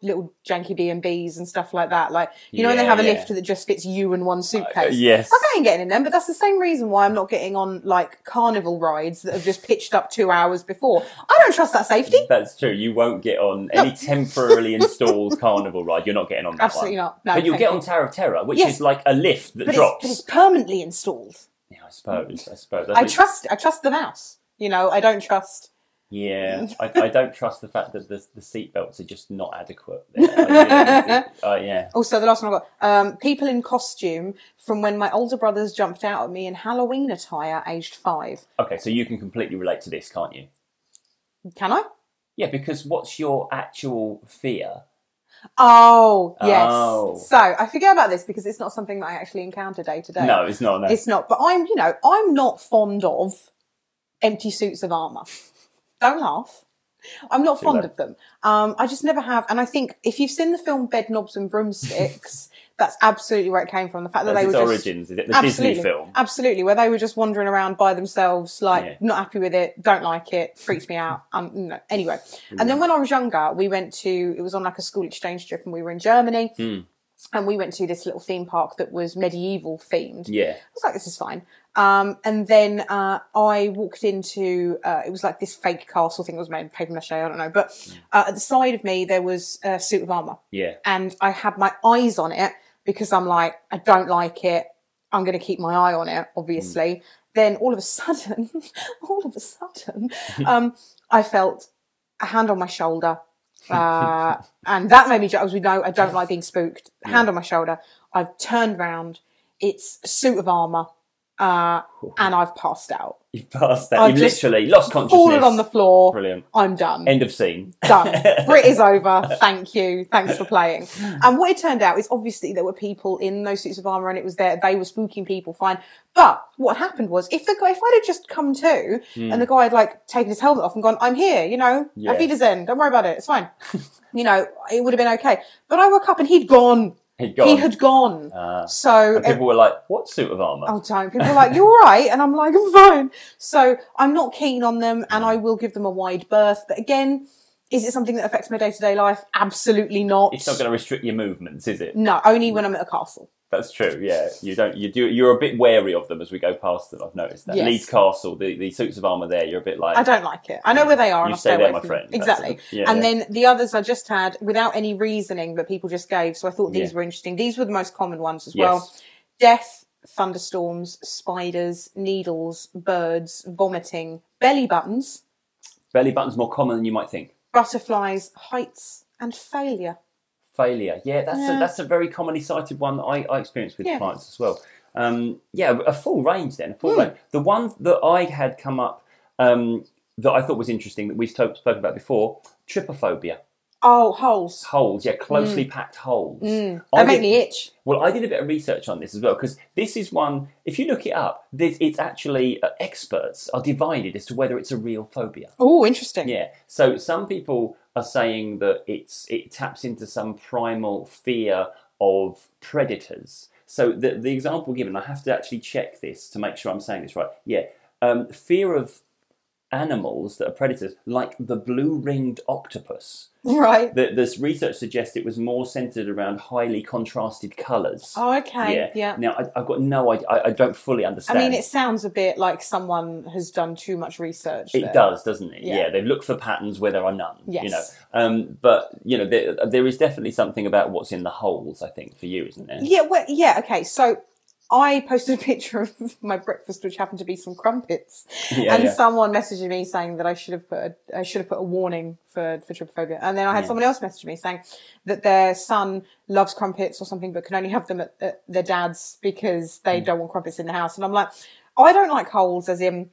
[SPEAKER 2] little janky B and B's and stuff like that. Like you know when they
[SPEAKER 1] Yeah,
[SPEAKER 2] have a
[SPEAKER 1] yeah.
[SPEAKER 2] lift that just fits you and one suitcase.
[SPEAKER 1] Uh, yes.
[SPEAKER 2] I ain't getting in them, but that's the same reason why I'm not getting on like carnival rides that have just pitched up two hours before. I don't trust that safety.
[SPEAKER 1] That's true. You won't get on any temporarily installed carnival ride. You're not getting on that
[SPEAKER 2] Absolutely
[SPEAKER 1] one.
[SPEAKER 2] not. No,
[SPEAKER 1] but you'll
[SPEAKER 2] thank
[SPEAKER 1] get
[SPEAKER 2] you.
[SPEAKER 1] on Tower of Terror, which
[SPEAKER 2] Yes.
[SPEAKER 1] is like a lift that
[SPEAKER 2] But it's,
[SPEAKER 1] drops.
[SPEAKER 2] but it's permanently installed.
[SPEAKER 1] Yeah, I suppose. I suppose.
[SPEAKER 2] I
[SPEAKER 1] think-
[SPEAKER 2] trust I trust the mouse. You know, I don't trust
[SPEAKER 1] Yeah, I, I don't trust the fact that the, the seatbelts are just not adequate. They're like, yeah, oh yeah.
[SPEAKER 2] Also, the last one I got um, people in costume from when my older brothers jumped out at me in Halloween attire, aged five.
[SPEAKER 1] Okay, so you can completely relate to this, can't you?
[SPEAKER 2] Can I?
[SPEAKER 1] Yeah, because what's your actual fear?
[SPEAKER 2] Oh, yes.
[SPEAKER 1] Oh.
[SPEAKER 2] So I forget about this because it's not something that I actually encounter day to day.
[SPEAKER 1] No, it's not. No.
[SPEAKER 2] It's not. But I'm, you know, I'm not fond of empty suits of armour. Don't laugh. I'm not
[SPEAKER 1] Too
[SPEAKER 2] fond
[SPEAKER 1] low.
[SPEAKER 2] of them. Um, I just never have. And I think if you've seen the film Bed Knobs and Broomsticks, that's absolutely where it came from. The fact that
[SPEAKER 1] That's
[SPEAKER 2] they
[SPEAKER 1] its
[SPEAKER 2] were just
[SPEAKER 1] origins. Is it the Disney film?
[SPEAKER 2] Absolutely, where they were just wandering around by themselves, like
[SPEAKER 1] Yeah.
[SPEAKER 2] not happy with it, don't like it, freaks me out. Um, no. Anyway, and then when I was younger, we went to it was on like a school exchange trip, and we were in Germany,
[SPEAKER 1] Hmm.
[SPEAKER 2] and we went to this little theme park that was medieval themed.
[SPEAKER 1] Yeah.
[SPEAKER 2] I was like, this is fine. Um, and then uh, I walked into uh, it was like this fake castle thing that was made of paper mache. I don't know, but uh, at the side of me there was a suit of armor
[SPEAKER 1] Yeah.
[SPEAKER 2] and I had my eyes on it because I'm like, I don't like it. I'm going to keep my eye on it, obviously. Then all of a sudden, all of a sudden, um, I felt a hand on my shoulder. Uh, and that made me, ju- I was with, no, I don't like being spooked. Hand on my shoulder. I've turned round. It's a suit of armor. Uh, and I've passed out.
[SPEAKER 1] You've passed that.
[SPEAKER 2] I've
[SPEAKER 1] You've
[SPEAKER 2] just
[SPEAKER 1] literally lost consciousness.
[SPEAKER 2] Fallen on the floor.
[SPEAKER 1] Brilliant.
[SPEAKER 2] I'm done
[SPEAKER 1] End of scene.
[SPEAKER 2] done. Brit is over. Thank you. Thanks for playing. And what it turned out is obviously there were people in those suits of armor, and it was there. They were spooking people. Fine. But what happened was, if the guy, if I'd have just come to, and the guy had like taken his helmet off and gone, "I'm here," you know,
[SPEAKER 1] Hmm. Yeah.
[SPEAKER 2] yeah. Wiedersehen. Don't worry about it. It's fine. you know, it would have been okay. But I woke up and he'd gone.
[SPEAKER 1] He'd gone.
[SPEAKER 2] He had gone.
[SPEAKER 1] Ah.
[SPEAKER 2] so
[SPEAKER 1] And people were like, "What suit of armor?"
[SPEAKER 2] Oh, don't. People are like, you're all right. And I'm like, I'm fine. So I'm not keen on them and I will give them a wide berth. But again, is it something that affects my day to day life? Absolutely not.
[SPEAKER 1] It's not going to restrict your movements, is it?
[SPEAKER 2] No, only when I'm at a castle.
[SPEAKER 1] That's true. Yeah, you don't. You do. You're a bit wary of them as we go past them. I've noticed that.
[SPEAKER 2] Yes.
[SPEAKER 1] Leeds Castle, the, the suits of armor there. You're a bit like.
[SPEAKER 2] I don't like it. I know where they are.
[SPEAKER 1] You
[SPEAKER 2] and I'll
[SPEAKER 1] stay
[SPEAKER 2] stay
[SPEAKER 1] there,
[SPEAKER 2] away
[SPEAKER 1] my
[SPEAKER 2] from
[SPEAKER 1] friend.
[SPEAKER 2] Them.
[SPEAKER 1] That's
[SPEAKER 2] Exactly.
[SPEAKER 1] it. Yeah,
[SPEAKER 2] and
[SPEAKER 1] yeah.
[SPEAKER 2] then the others I just had without any reasoning that people just gave. So I thought these
[SPEAKER 1] Yeah.
[SPEAKER 2] were interesting. These were the most common ones as
[SPEAKER 1] Yes.
[SPEAKER 2] well. Death, thunderstorms, spiders, needles, birds, vomiting, belly buttons,
[SPEAKER 1] Belly button's more common than you might think.
[SPEAKER 2] butterflies, heights, and failure.
[SPEAKER 1] Failure. Yeah, that's A,
[SPEAKER 2] Yeah.
[SPEAKER 1] that's a very commonly cited one that I, I experience with
[SPEAKER 2] Yeah.
[SPEAKER 1] clients as well. Um, yeah, a full range then. A full
[SPEAKER 2] Hmm.
[SPEAKER 1] range. The one that I had come up um, that I thought was interesting that we've spoke- spoken about before: trypophobia.
[SPEAKER 2] Oh, holes.
[SPEAKER 1] Holes. Yeah, closely
[SPEAKER 2] Hmm.
[SPEAKER 1] packed holes. I
[SPEAKER 2] They make
[SPEAKER 1] did-
[SPEAKER 2] Hmm. me itch.
[SPEAKER 1] Well, I did a bit of research on this as well because this is one. If you look it up, this, it's actually uh, experts are divided as to whether it's a real phobia.
[SPEAKER 2] Oh, interesting.
[SPEAKER 1] Yeah. So some people are saying that it's it taps into some primal fear of predators. So the the example given, I have to actually check this to make sure I'm saying this right. Yeah. Um, fear of animals that are predators, like the blue ringed octopus.
[SPEAKER 2] Right.
[SPEAKER 1] The, this research suggests it was more centered around highly contrasted colours.
[SPEAKER 2] Oh, okay. Yeah.
[SPEAKER 1] Now I, I've got no idea. I, I don't fully
[SPEAKER 2] I
[SPEAKER 1] understand.
[SPEAKER 2] mean, it sounds a bit like someone has done too much research.
[SPEAKER 1] it
[SPEAKER 2] there.
[SPEAKER 1] does, doesn't it? Yeah.
[SPEAKER 2] Yeah.
[SPEAKER 1] They look for patterns where there are none. You know.
[SPEAKER 2] Yes.
[SPEAKER 1] Um, but you know, there, there is definitely something about what's in the holes. I think for you, isn't there?
[SPEAKER 2] Yeah. Well, yeah. Okay. So I posted a picture of my breakfast, which happened to be some crumpets,
[SPEAKER 1] Yeah,
[SPEAKER 2] and
[SPEAKER 1] yeah.
[SPEAKER 2] someone messaged me saying that I should have put a, I should have put a warning for for trypophobia, and then I had someone else message me saying that their son loves crumpets or something, but can only have them at, at their dad's because
[SPEAKER 1] Mm.
[SPEAKER 2] they don't want crumpets in the house, and I'm like, I don't like holes, as in.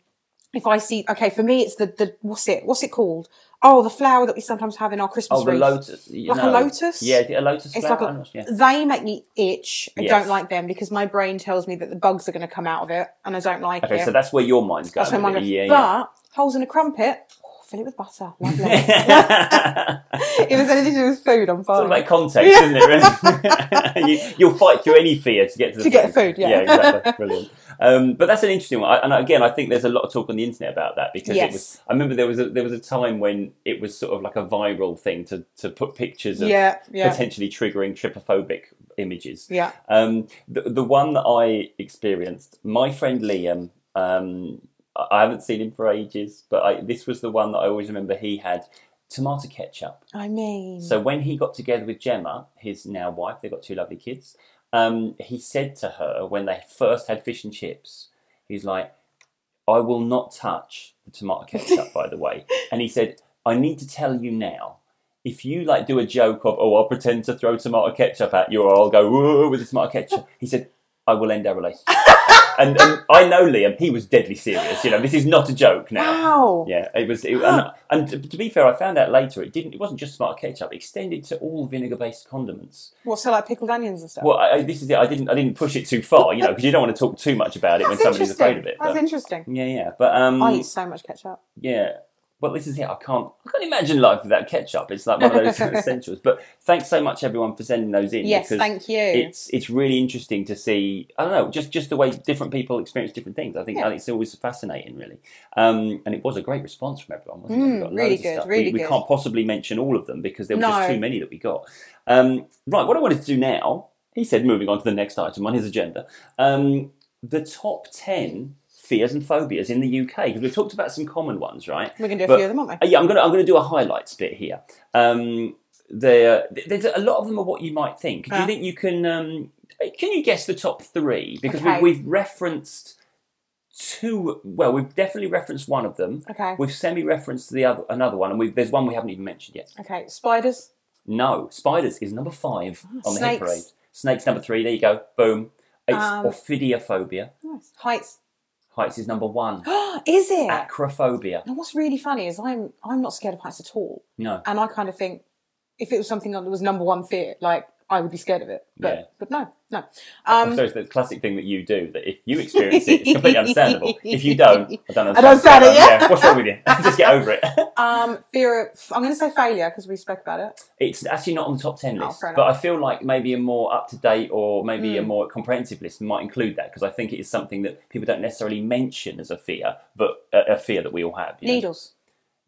[SPEAKER 2] If I see, okay, for me, it's the, the what's it? What's it called? Oh, the flower that we sometimes have in our Christmas
[SPEAKER 1] Oh, the
[SPEAKER 2] wreath.
[SPEAKER 1] lotus. you
[SPEAKER 2] Like a
[SPEAKER 1] know.
[SPEAKER 2] lotus?
[SPEAKER 1] Yeah, a lotus
[SPEAKER 2] It's
[SPEAKER 1] flower.
[SPEAKER 2] like a-
[SPEAKER 1] I'm not sure. yeah.
[SPEAKER 2] They make me itch. I
[SPEAKER 1] Yes.
[SPEAKER 2] don't like them because my brain tells me that the bugs are going to come out of it, and I don't like
[SPEAKER 1] Okay,
[SPEAKER 2] it.
[SPEAKER 1] so that's where your mind's going.
[SPEAKER 2] That's where mine
[SPEAKER 1] with
[SPEAKER 2] goes.
[SPEAKER 1] it. Yeah,
[SPEAKER 2] but
[SPEAKER 1] yeah.
[SPEAKER 2] holes in a crumpet, oh, fill it with butter. Lovely. if
[SPEAKER 1] it's
[SPEAKER 2] there's anything to do with food, I'm
[SPEAKER 1] all
[SPEAKER 2] fine.
[SPEAKER 1] about context, isn't it? Really? you, you'll fight through any fear to get to the
[SPEAKER 2] To get food, yeah.
[SPEAKER 1] exactly. Brilliant. Um, but that's an interesting one, I, and again, I think there's a lot of talk on the internet about that because it
[SPEAKER 2] Yes.
[SPEAKER 1] was. I remember there was a, there was a time when it was sort of like a viral thing to to put pictures of
[SPEAKER 2] Yeah, yeah.
[SPEAKER 1] potentially triggering trypophobic images.
[SPEAKER 2] yeah.
[SPEAKER 1] Um, the, the one that I experienced, my friend Liam, um, I I haven't seen him for ages, but I, this was the one that I always remember he had tomato ketchup.
[SPEAKER 2] I mean,
[SPEAKER 1] So when he got together with Gemma, his now wife, they've got two lovely kids, um, he said to her when they first had fish and chips, he's like, I will not touch the tomato ketchup, by the way. And he said, I need to tell you now. If you like do a joke of, oh, I'll pretend to throw tomato ketchup at you, or I'll go Whoa, with the tomato ketchup, he said, I will end our relationship. and, and I know Liam; he was deadly serious. You know, this is not a joke now.
[SPEAKER 2] Wow.
[SPEAKER 1] Yeah, it was. It, and, and to- to be fair, I found out later it didn't. It wasn't just smart ketchup; it extended to all vinegar-based condiments.
[SPEAKER 2] What, so like pickled onions and stuff?
[SPEAKER 1] Well, I, I, this is it. I didn't. I didn't push it too far, you know, because you don't want to talk too much about it
[SPEAKER 2] That's
[SPEAKER 1] when somebody's
[SPEAKER 2] interesting.
[SPEAKER 1] afraid of it.
[SPEAKER 2] That's
[SPEAKER 1] but-
[SPEAKER 2] interesting.
[SPEAKER 1] yeah, yeah, but um,
[SPEAKER 2] I eat so much ketchup.
[SPEAKER 1] yeah. Well, this is it. I can't. I can't imagine life without ketchup. It's like one of those essentials. But thanks so much, everyone, for sending those in.
[SPEAKER 2] Yes,
[SPEAKER 1] because
[SPEAKER 2] thank you.
[SPEAKER 1] It's it's really interesting to see. I don't know, just just the way different people experience different things. I think I
[SPEAKER 2] Yeah.
[SPEAKER 1] think it's always fascinating, really. Um, and it was a great response from everyone. Wasn't it? We
[SPEAKER 2] Mm,
[SPEAKER 1] got
[SPEAKER 2] really
[SPEAKER 1] loads of
[SPEAKER 2] good,
[SPEAKER 1] stuff. We-
[SPEAKER 2] really
[SPEAKER 1] we,
[SPEAKER 2] good.
[SPEAKER 1] can't possibly mention all of them because there were just
[SPEAKER 2] No.
[SPEAKER 1] too many that we got. Um, right. What I wanted to do now, he said, moving on to the next item on his agenda. Um, the top ten fears and phobias in the UK because we've talked about some common ones, right?
[SPEAKER 2] We're going to do a
[SPEAKER 1] But-
[SPEAKER 2] few of them, aren't
[SPEAKER 1] uh,
[SPEAKER 2] we?
[SPEAKER 1] yeah, I'm gonna I'm gonna do a highlights bit here. Um, there, there's a lot of them are what you might think. Do you
[SPEAKER 2] Ah.
[SPEAKER 1] think you can um, can you guess the top three? Because
[SPEAKER 2] Okay.
[SPEAKER 1] we've, we've referenced two. Well, we've definitely referenced one of them.
[SPEAKER 2] Okay.
[SPEAKER 1] We've semi-referenced the other another one, and we've, there's one we haven't even mentioned yet.
[SPEAKER 2] Okay. Spiders.
[SPEAKER 1] No, spiders is number five on the hit
[SPEAKER 2] Ah, Snakes.
[SPEAKER 1] parade. Snakes number three. There you go. Boom. It's
[SPEAKER 2] Um,
[SPEAKER 1] ophidiophobia.
[SPEAKER 2] Nice. Heights.
[SPEAKER 1] Heights is number one.
[SPEAKER 2] is it?
[SPEAKER 1] Ah. Acrophobia.
[SPEAKER 2] And what's really funny is I'm I'm not scared of heights at all.
[SPEAKER 1] No.
[SPEAKER 2] And I kind of think if it was something that was number one fear, like I would be scared of it. But
[SPEAKER 1] Yeah.
[SPEAKER 2] but no, no.
[SPEAKER 1] I'm
[SPEAKER 2] Um
[SPEAKER 1] sorry, it's the classic thing that you do. That if you experience it, it's completely understandable. If you don't, I don't understand.
[SPEAKER 2] I don't understand it,
[SPEAKER 1] Um,
[SPEAKER 2] yeah.
[SPEAKER 1] What's wrong with you? Just get over it.
[SPEAKER 2] um fear of I'm gonna say failure because we spoke about it.
[SPEAKER 1] It's actually not on the top ten list,
[SPEAKER 2] fair
[SPEAKER 1] but I
[SPEAKER 2] enough.
[SPEAKER 1] feel like maybe a more up to date or maybe
[SPEAKER 2] Mm.
[SPEAKER 1] a more comprehensive list might include that because I think it is something that people don't necessarily mention as a fear, but a, a fear that we all have. you know.
[SPEAKER 2] Needles,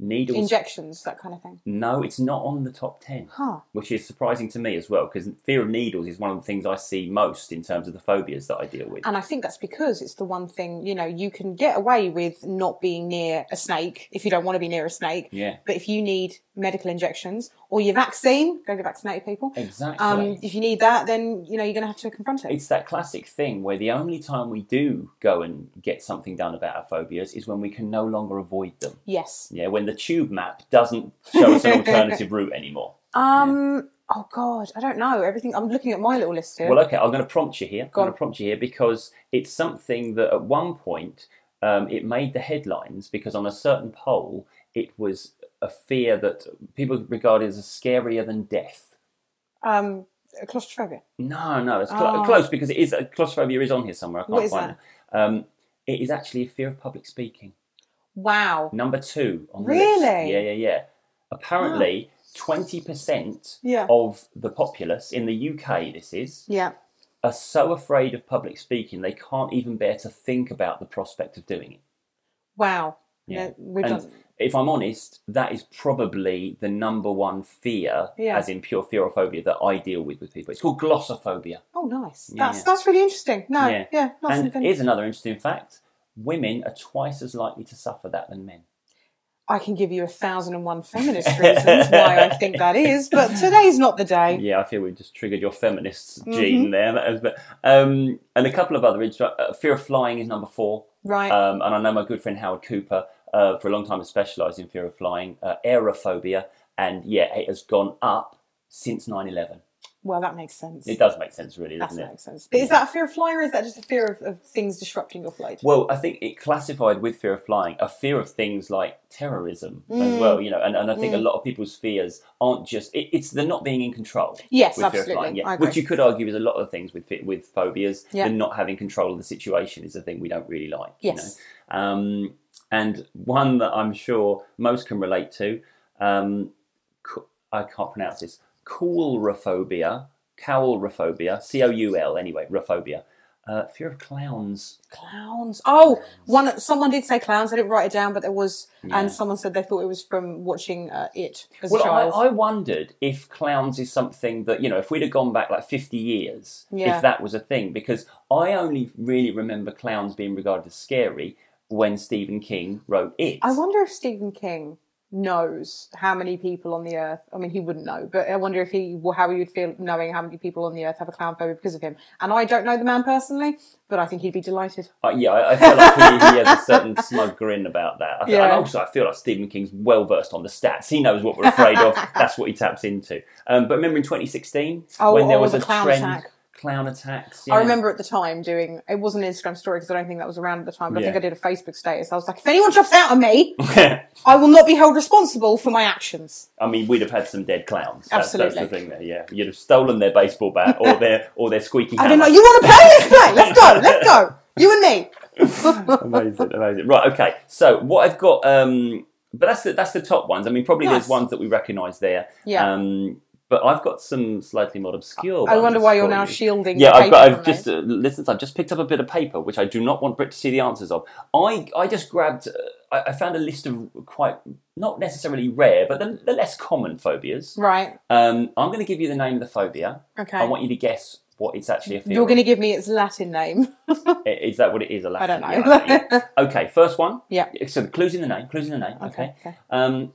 [SPEAKER 1] Needles.
[SPEAKER 2] injections, that kind of thing.
[SPEAKER 1] no, it's not on the top ten.
[SPEAKER 2] Huh.
[SPEAKER 1] Which is surprising to me as well, because fear of needles is one of the things I see most in terms of the phobias that I deal with.
[SPEAKER 2] And I think that's because it's the one thing, you know, you can get away with not being near a snake if you don't want to be near a snake.
[SPEAKER 1] Yeah.
[SPEAKER 2] But if you need medical injections or your vaccine, go get vaccinated people.
[SPEAKER 1] Exactly.
[SPEAKER 2] Um, if you need that, then you know you're going to have to confront it.
[SPEAKER 1] it's that classic thing where the only time we do go and get something done about our phobias is when we can no longer avoid them.
[SPEAKER 2] yes.
[SPEAKER 1] Yeah, when the tube map doesn't show us an alternative route anymore.
[SPEAKER 2] Um. Oh God, I don't know everything. I'm looking at my little list here.
[SPEAKER 1] Well, okay, I'm going to prompt you here.
[SPEAKER 2] Go
[SPEAKER 1] I'm
[SPEAKER 2] on.
[SPEAKER 1] going to prompt you here because it's something that at one point um, it made the headlines because on a certain poll it was a fear that people regarded as scarier than death.
[SPEAKER 2] um, claustrophobia.
[SPEAKER 1] No, no, it's cl-
[SPEAKER 2] Oh.
[SPEAKER 1] close because it is claustrophobia is on here somewhere. I can't
[SPEAKER 2] What is
[SPEAKER 1] find
[SPEAKER 2] that?
[SPEAKER 1] it. Um, it is actually a fear of public speaking.
[SPEAKER 2] Wow.
[SPEAKER 1] Number two on the list.
[SPEAKER 2] Really?
[SPEAKER 1] Yeah, yeah, yeah. Apparently, twenty percent
[SPEAKER 2] Yeah.
[SPEAKER 1] of the populace in the UK, this is,
[SPEAKER 2] Yeah.
[SPEAKER 1] are so afraid of public speaking they can't even bear to think about the prospect of doing it.
[SPEAKER 2] Wow.
[SPEAKER 1] Yeah.
[SPEAKER 2] Yeah. we've
[SPEAKER 1] And
[SPEAKER 2] done.
[SPEAKER 1] if I'm honest, that is probably the number one fear,
[SPEAKER 2] Yeah.
[SPEAKER 1] as in pure fear or phobia, that I deal with with people. It's called glossophobia.
[SPEAKER 2] Oh, nice.
[SPEAKER 1] Yeah,
[SPEAKER 2] that's
[SPEAKER 1] yeah.
[SPEAKER 2] that's really interesting. No.
[SPEAKER 1] Yeah.
[SPEAKER 2] Yeah. not
[SPEAKER 1] and
[SPEAKER 2] something.
[SPEAKER 1] here's another interesting fact: women are twice as likely to suffer that than men.
[SPEAKER 2] I can give you a thousand and one feminist reasons why I think that is, but today's not the day.
[SPEAKER 1] Yeah, I feel we just triggered your feminist gene there. That was, but, um, and a couple of other intro- uh, fear of flying is number four.
[SPEAKER 2] Right.
[SPEAKER 1] Um, and I know my good friend Howard Cooper uh, for a long time has specialised in fear of flying, uh, aerophobia, and yeah, it has gone up since 9-11.
[SPEAKER 2] well, that makes sense.
[SPEAKER 1] It does make sense, really,
[SPEAKER 2] That
[SPEAKER 1] doesn't it?
[SPEAKER 2] makes sense. But is that a fear of flying, or is that just a fear of, of things disrupting your flight?
[SPEAKER 1] Well, I think it classified with fear of flying a fear of things like terrorism as well, you know, and, and I think a lot of people's fears aren't just it, it's the not being in control.
[SPEAKER 2] Yes,
[SPEAKER 1] with fear of
[SPEAKER 2] absolutely.
[SPEAKER 1] flying, yeah.
[SPEAKER 2] I agree.
[SPEAKER 1] which you could argue is a lot of things with fe- with phobias.
[SPEAKER 2] Yeah.
[SPEAKER 1] The not having control of the situation is a thing we don't really like.
[SPEAKER 2] Yes.
[SPEAKER 1] You know? um, and one that I'm sure most can relate to. Um, co- I can't pronounce this. Coulrophobia, coulrophobia, C O U L anyway, rophobia. Uh, fear of clowns.
[SPEAKER 2] Clowns. Oh, one. Someone did say clowns. I didn't write it down, but there was, and someone said they thought it was from watching uh, it as a
[SPEAKER 1] Well,
[SPEAKER 2] child.
[SPEAKER 1] I, I wondered if clowns is something that, you know, if we'd have gone back like 50 years,
[SPEAKER 2] Yeah.
[SPEAKER 1] if that was a thing, because I only really remember clowns being regarded as scary when Stephen King wrote it.
[SPEAKER 2] I wonder if Stephen King knows how many people on the earth. I mean, he wouldn't know, but I wonder if he well, how he would feel knowing how many people on the earth have a clown phobia because of him. And I don't know the man personally, but I think he'd be delighted.
[SPEAKER 1] Uh, yeah, I, I feel like he, he has a certain smug grin about that. I feel- And
[SPEAKER 2] Yeah.
[SPEAKER 1] also, I feel like Stephen King's well versed on the stats. He knows what we're afraid of. That's what he taps into. Um, but remember in 2016,
[SPEAKER 2] Oh,
[SPEAKER 1] when there
[SPEAKER 2] oh,
[SPEAKER 1] was
[SPEAKER 2] the
[SPEAKER 1] a
[SPEAKER 2] clown
[SPEAKER 1] trend.
[SPEAKER 2] attack.
[SPEAKER 1] clown attacks.
[SPEAKER 2] I
[SPEAKER 1] yeah.
[SPEAKER 2] remember at the time doing it wasn't an Instagram story because I don't think that was around at the time, but I think
[SPEAKER 1] Yeah.
[SPEAKER 2] I did a Facebook status. I was like, if anyone drops out on me, I will not be held responsible for my actions.
[SPEAKER 1] I mean, we'd have had some dead clowns. That's, That's the
[SPEAKER 2] Absolutely.
[SPEAKER 1] thing there. Yeah, you'd have stolen their baseball bat or their or their squeaky
[SPEAKER 2] I
[SPEAKER 1] hammer.
[SPEAKER 2] don't know. You want to play? Let's play. Let's go. Let's go. You and me.
[SPEAKER 1] amazing, amazing. Right, okay. So what I've got, um, but that's the, that's the top ones. I mean, probably there's
[SPEAKER 2] Nice.
[SPEAKER 1] ones that we recognise there.
[SPEAKER 2] Yeah.
[SPEAKER 1] Um, but I've got some slightly more obscure.
[SPEAKER 2] I wonder
[SPEAKER 1] ones
[SPEAKER 2] why you're
[SPEAKER 1] for
[SPEAKER 2] now
[SPEAKER 1] you.
[SPEAKER 2] shielding.
[SPEAKER 1] Yeah,
[SPEAKER 2] the
[SPEAKER 1] I've,
[SPEAKER 2] paper
[SPEAKER 1] got, I've
[SPEAKER 2] from
[SPEAKER 1] just
[SPEAKER 2] me.
[SPEAKER 1] uh, listen. I've just picked up a bit of paper, which I do not want Brit to see the answers of. I I just grabbed. Uh, I, I found a list of quite not necessarily rare, but the, the less common phobias.
[SPEAKER 2] right.
[SPEAKER 1] Um, I'm going to give you the name of the phobia. I
[SPEAKER 2] Okay.
[SPEAKER 1] want you to guess what it's actually a fear.
[SPEAKER 2] You're
[SPEAKER 1] of.
[SPEAKER 2] going to give me its Latin name.
[SPEAKER 1] I- Is that what it is? A
[SPEAKER 2] I
[SPEAKER 1] Latin?
[SPEAKER 2] don't know.
[SPEAKER 1] Yeah, I think, yeah. okay, first one.
[SPEAKER 2] Yeah.
[SPEAKER 1] So the clues in the name. Clues in the name. Okay.
[SPEAKER 2] okay.
[SPEAKER 1] Um,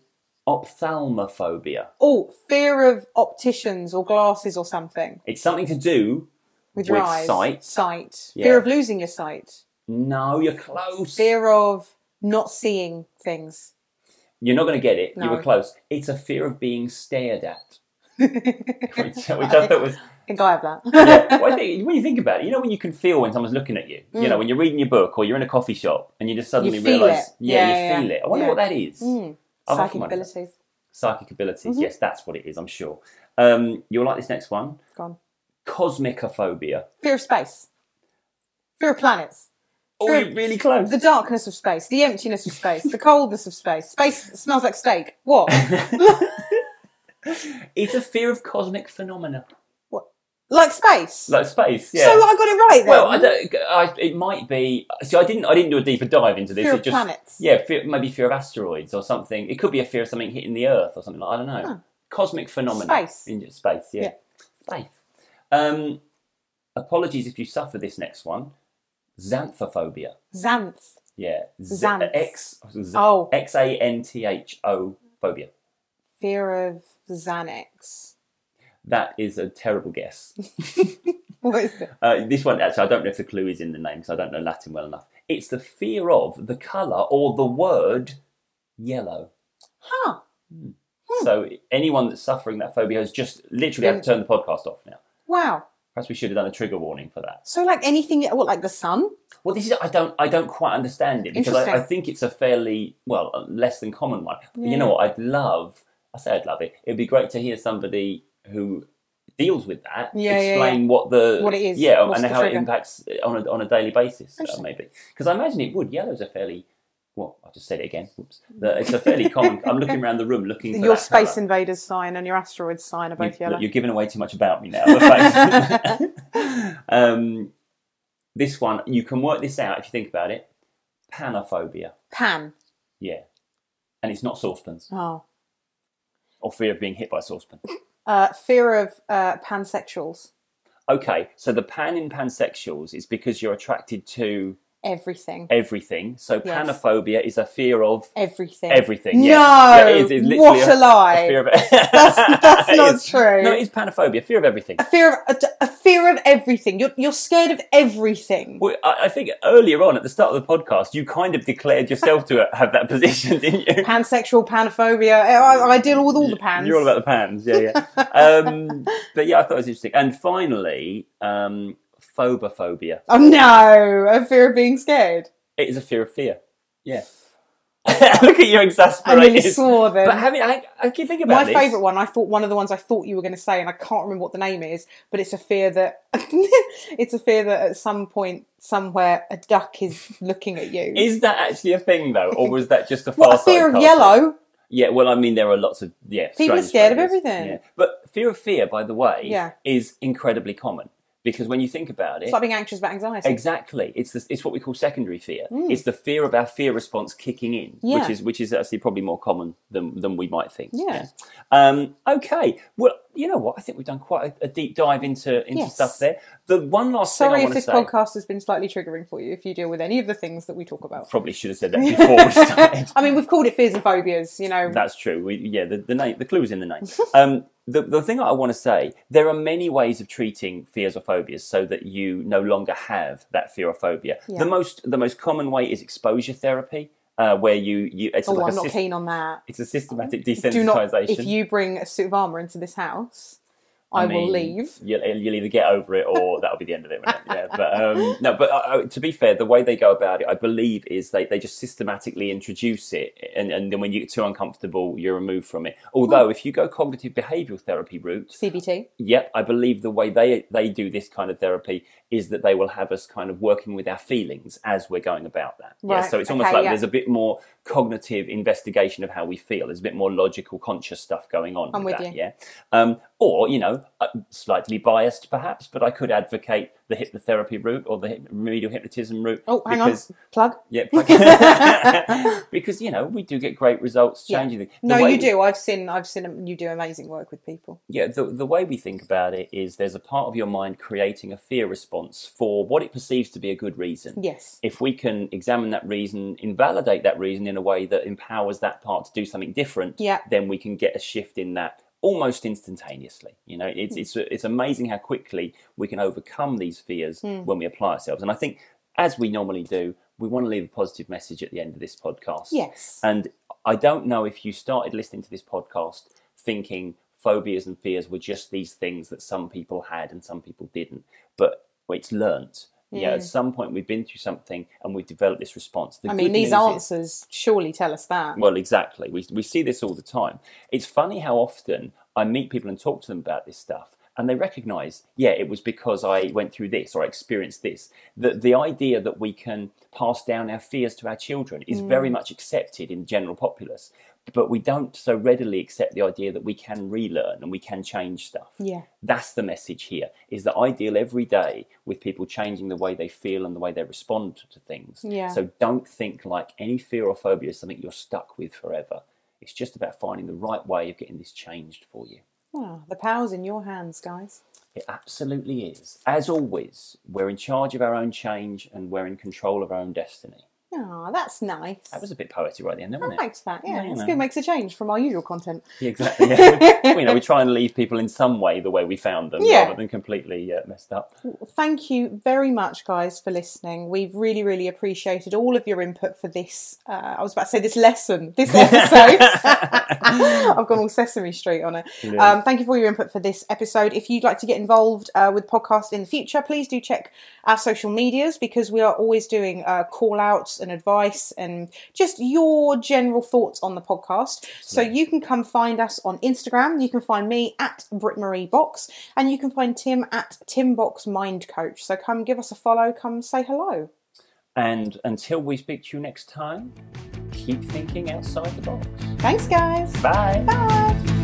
[SPEAKER 1] ophthalmophobia.
[SPEAKER 2] Oh, fear of opticians or glasses or something
[SPEAKER 1] It's something to do.
[SPEAKER 2] with your
[SPEAKER 1] With
[SPEAKER 2] eyes.
[SPEAKER 1] sight.
[SPEAKER 2] Sight.
[SPEAKER 1] Yeah.
[SPEAKER 2] Fear of losing your sight.
[SPEAKER 1] No, you're close.
[SPEAKER 2] Fear of not seeing things.
[SPEAKER 1] You're not going to get it. You
[SPEAKER 2] No.
[SPEAKER 1] were close. It's a fear of being stared at. Which, which I thought was.
[SPEAKER 2] think I have that.
[SPEAKER 1] Yeah. Well, I think, when you think about it, you know when you can feel when someone's looking at you. You know when you're reading your book or you're in a coffee shop and you just suddenly
[SPEAKER 2] Mm. feel
[SPEAKER 1] realise,
[SPEAKER 2] it.
[SPEAKER 1] yeah, you
[SPEAKER 2] Yeah,
[SPEAKER 1] feel
[SPEAKER 2] yeah.
[SPEAKER 1] it. I wonder
[SPEAKER 2] Yeah.
[SPEAKER 1] what that is.
[SPEAKER 2] Mm.
[SPEAKER 1] I've
[SPEAKER 2] Psychic
[SPEAKER 1] often wondered that.
[SPEAKER 2] abilities.
[SPEAKER 1] Psychic abilities.
[SPEAKER 2] Mm-hmm.
[SPEAKER 1] Yes, that's what it is. I'm sure. Um, you'll like this next one.
[SPEAKER 2] Gone.
[SPEAKER 1] Cosmicophobia.
[SPEAKER 2] Fear of space. Fear of planets.
[SPEAKER 1] Oh,
[SPEAKER 2] Fear-
[SPEAKER 1] you're really close.
[SPEAKER 2] The darkness of space. The emptiness of space. The coldness of space. Space that smells like steak. What?
[SPEAKER 1] It's a fear of cosmic phenomena,
[SPEAKER 2] like space.
[SPEAKER 1] like space. Yeah.
[SPEAKER 2] So um, I got it right then.
[SPEAKER 1] well, I don't, I, it might be. See, I didn't. I didn't do a deeper dive into this.
[SPEAKER 2] Fear
[SPEAKER 1] it
[SPEAKER 2] of
[SPEAKER 1] just,
[SPEAKER 2] planets.
[SPEAKER 1] Yeah, fear, maybe fear of asteroids or something. It could be a fear of something hitting the Earth or something. Like, I don't know. Cosmic phenomena.
[SPEAKER 2] Space.
[SPEAKER 1] In space. Yeah.
[SPEAKER 2] Yeah.
[SPEAKER 1] Space. Um, apologies if you suffer this next one. Xanthophobia.
[SPEAKER 2] Xanth.
[SPEAKER 1] Yeah. Z- uh,
[SPEAKER 2] Xanth.
[SPEAKER 1] X. Z-
[SPEAKER 2] Oh.
[SPEAKER 1] X A N T H O phobia.
[SPEAKER 2] Fear of Xanax.
[SPEAKER 1] That is a terrible guess.
[SPEAKER 2] What is it?
[SPEAKER 1] Uh, this one, actually, I don't know if the clue is in the name because I don't know Latin well enough. It's the fear of the colour or the word yellow.
[SPEAKER 2] Huh.
[SPEAKER 1] So anyone that's suffering that phobia has just literally had to turn the podcast off now.
[SPEAKER 2] Wow.
[SPEAKER 1] Perhaps we should have done a trigger warning for that.
[SPEAKER 2] So like anything, what, like the sun?
[SPEAKER 1] Well, this is I don't I don't quite understand it because I, I
[SPEAKER 2] Interesting.
[SPEAKER 1] think it's a fairly well a less than common one. You
[SPEAKER 2] Yeah.
[SPEAKER 1] know what? I'd love. I say I'd love it. It'd be great to hear somebody who deals with that
[SPEAKER 2] Yeah, yeah,
[SPEAKER 1] explain what the
[SPEAKER 2] What it is,
[SPEAKER 1] yeah,
[SPEAKER 2] what's
[SPEAKER 1] and
[SPEAKER 2] the
[SPEAKER 1] how it
[SPEAKER 2] trigger.
[SPEAKER 1] impacts uh, on a on a daily basis. Uh,
[SPEAKER 2] Interesting.
[SPEAKER 1] maybe because I imagine it would. Yellow's a fairly well. I just said it again. Whoops. That It's a fairly common. I'm looking around the room looking for
[SPEAKER 2] Your
[SPEAKER 1] that
[SPEAKER 2] space
[SPEAKER 1] colour.
[SPEAKER 2] invaders sign and your asteroids sign are
[SPEAKER 1] You-
[SPEAKER 2] both yellow.
[SPEAKER 1] You're giving away too much about me now. the fact- um, this one, you can work this out if you think about it. Panophobia,
[SPEAKER 2] Pan.
[SPEAKER 1] yeah, and it's not saucepans
[SPEAKER 2] Oh.
[SPEAKER 1] or fear of being hit by a saucepan.
[SPEAKER 2] Uh, fear of uh, pansexuals.
[SPEAKER 1] Okay, so the pan in pansexuals is because you're attracted to
[SPEAKER 2] Everything.
[SPEAKER 1] everything. So
[SPEAKER 2] Yes.
[SPEAKER 1] panophobia is a fear of
[SPEAKER 2] Everything.
[SPEAKER 1] everything.
[SPEAKER 2] No.
[SPEAKER 1] yeah. Yeah, it is- it's literally
[SPEAKER 2] what a, lie.
[SPEAKER 1] A fear of
[SPEAKER 2] That's- that's
[SPEAKER 1] It
[SPEAKER 2] not
[SPEAKER 1] is.
[SPEAKER 2] true.
[SPEAKER 1] No, it's panophobia, fear of everything.
[SPEAKER 2] a fear of a, a fear of everything. You're you're scared of everything.
[SPEAKER 1] Well, I I think earlier on at the start of the podcast, you kind of declared yourself to have that position, didn't you?
[SPEAKER 2] Pansexual, panophobia. eh, I, I- I deal with all the pans.
[SPEAKER 1] You're all about the pans, yeah, yeah. um, but yeah, I thought it was interesting. And finally, um, phobophobia.
[SPEAKER 2] oh no, a fear of being scared.
[SPEAKER 1] It is a fear of fear. Yeah. Look at your
[SPEAKER 2] I nearly
[SPEAKER 1] exasperated.
[SPEAKER 2] swore then.
[SPEAKER 1] But having, I, I keep thinking about
[SPEAKER 2] my
[SPEAKER 1] this.
[SPEAKER 2] favourite one, I thought one of the ones I thought you were going to say, and I can't remember what the name is, but it's a fear that it's a fear that at some point somewhere a duck is looking at you.
[SPEAKER 1] Is that actually a thing though, or was that just a far
[SPEAKER 2] what a fear of
[SPEAKER 1] side
[SPEAKER 2] yellow?
[SPEAKER 1] cartoon? Yeah, well, I mean, there are lots of yeah.
[SPEAKER 2] People are
[SPEAKER 1] strange
[SPEAKER 2] scared of
[SPEAKER 1] phobias.
[SPEAKER 2] everything.
[SPEAKER 1] Yeah. But fear of fear, by the way,
[SPEAKER 2] Yeah.
[SPEAKER 1] is incredibly common because when you think about it,
[SPEAKER 2] It's like being anxious about anxiety.
[SPEAKER 1] Exactly. It's the, it's what we call secondary fear. It's the fear of our fear response kicking in, which
[SPEAKER 2] Hmm. Yeah.
[SPEAKER 1] is which is actually probably more common than than we might think.
[SPEAKER 2] Yeah.
[SPEAKER 1] Um, okay. Well, you know what? I think we've done quite a, a deep dive into into
[SPEAKER 2] Yes.
[SPEAKER 1] stuff there. The one last
[SPEAKER 2] Sorry
[SPEAKER 1] thing I
[SPEAKER 2] if
[SPEAKER 1] want to
[SPEAKER 2] this
[SPEAKER 1] say.
[SPEAKER 2] podcast has been slightly triggering for you if you deal with any of the things that we talk about.
[SPEAKER 1] Probably should have said that before we started.
[SPEAKER 2] I mean, we've called it fears and phobias, you know.
[SPEAKER 1] That's true. We, yeah, the, the name, the clue is in the name. Um, the, the thing I want to say, there are many ways of treating fears or phobias so that you no longer have that fear or phobia.
[SPEAKER 2] Yeah.
[SPEAKER 1] The most, the most common way is exposure therapy, uh, where you, you it's
[SPEAKER 2] oh,
[SPEAKER 1] like
[SPEAKER 2] I'm
[SPEAKER 1] a
[SPEAKER 2] not
[SPEAKER 1] sys-
[SPEAKER 2] keen on that.
[SPEAKER 1] it's a systematic
[SPEAKER 2] Do not.
[SPEAKER 1] desensitization.
[SPEAKER 2] If you bring a suit of armor into this house, I, will
[SPEAKER 1] mean,
[SPEAKER 2] leave.
[SPEAKER 1] You'll, you'll either get over it or that'll be the end of it. won't it? Yeah, but um, no, but uh, uh, to be fair, the way they go about it, I believe, is they, they just systematically introduce it, and, and then when you get too uncomfortable, you're removed from it. Although, if you go cognitive behavioural therapy route,
[SPEAKER 2] CBT.
[SPEAKER 1] yep, I believe the way they they do this kind of therapy is that they will have us kind of working with our feelings as we're going about that.
[SPEAKER 2] Right,
[SPEAKER 1] Yeah, so it's almost
[SPEAKER 2] okay,
[SPEAKER 1] like
[SPEAKER 2] yeah.
[SPEAKER 1] there's a bit more cognitive investigation of how we feel. There's a bit more logical, conscious stuff going on.
[SPEAKER 2] I'm with
[SPEAKER 1] that,
[SPEAKER 2] you.
[SPEAKER 1] Yeah. Um, or you know, uh, slightly biased perhaps, but I could advocate the hypnotherapy route or the hyp- remedial hypnotism route.
[SPEAKER 2] Oh, hang
[SPEAKER 1] because,
[SPEAKER 2] on. Plug.
[SPEAKER 1] Yeah, plug- because you know we do get great results
[SPEAKER 2] Yeah.
[SPEAKER 1] changing things. The
[SPEAKER 2] No,
[SPEAKER 1] way-
[SPEAKER 2] you do. I've seen. I've seen um, you do amazing work with people.
[SPEAKER 1] yeah, the, the way we think about it is there's a part of your mind creating a fear response for what it perceives to be a good reason.
[SPEAKER 2] Yes.
[SPEAKER 1] If we can examine that reason, invalidate that reason in a way that empowers that part to do something different,
[SPEAKER 2] Yeah.
[SPEAKER 1] then we can get a shift in that almost instantaneously. You know, it's, it's, it's amazing how quickly we can overcome these fears when we apply ourselves. And I think, as we normally do, we want to leave a positive message at the end of this podcast.
[SPEAKER 2] Yes.
[SPEAKER 1] And I don't know if you started listening to this podcast thinking phobias and fears were just these things that some people had and some people didn't, but it's learnt. Yeah, at some point we've been through something and we've developed this response. The
[SPEAKER 2] I
[SPEAKER 1] good
[SPEAKER 2] mean, these
[SPEAKER 1] news is-
[SPEAKER 2] answers surely tell us that.
[SPEAKER 1] well, exactly. We, we see this all the time. It's funny how often I meet people and talk to them about this stuff, and they recognize, yeah, it was because I went through this or I experienced this. The, the idea that we can pass down our fears to our children is very much accepted in the general populace, but we don't so readily accept the idea that we can relearn and we can change stuff.
[SPEAKER 2] Yeah.
[SPEAKER 1] That's the message here is that I deal every day with people changing the way they feel and the way they respond to things.
[SPEAKER 2] Yeah.
[SPEAKER 1] So don't think like any fear or phobia is something you're stuck with forever. It's just about finding the right way of getting this changed for you.
[SPEAKER 2] Ah, the power's in your hands, guys.
[SPEAKER 1] It absolutely is. As always, we're in charge of our own change and we're in control of our own destiny.
[SPEAKER 2] Ah, that's nice.
[SPEAKER 1] That was a bit poetic right at the end, wasn't
[SPEAKER 2] I
[SPEAKER 1] it?
[SPEAKER 2] liked that. Yeah,
[SPEAKER 1] Yeah,
[SPEAKER 2] it's
[SPEAKER 1] no.
[SPEAKER 2] good. makes a change from our usual content.
[SPEAKER 1] Yeah, exactly. Yeah. you know, we try and leave people in some way the way we found them
[SPEAKER 2] Yeah.
[SPEAKER 1] rather than completely uh, messed up.
[SPEAKER 2] Thank you very much, guys, for listening. We've really, really appreciated all of your input for this. Uh, I was about to say this lesson, this episode. I've gone all Sesame Street on it.
[SPEAKER 1] Yeah.
[SPEAKER 2] Um, thank you for all your input for this episode. If you'd like to get involved uh, with podcast in the future, please do check our social medias because we are always doing uh, call outs and advice and just your general thoughts on the podcast. So you can come find us on Instagram. You can find me at Brit Marie Box and you can find Tim at Tim Box Mind Coach. So come give us a follow, come say hello.
[SPEAKER 1] And until we speak to you next time, keep thinking outside the box.
[SPEAKER 2] Thanks, guys.
[SPEAKER 1] Bye.
[SPEAKER 2] Bye.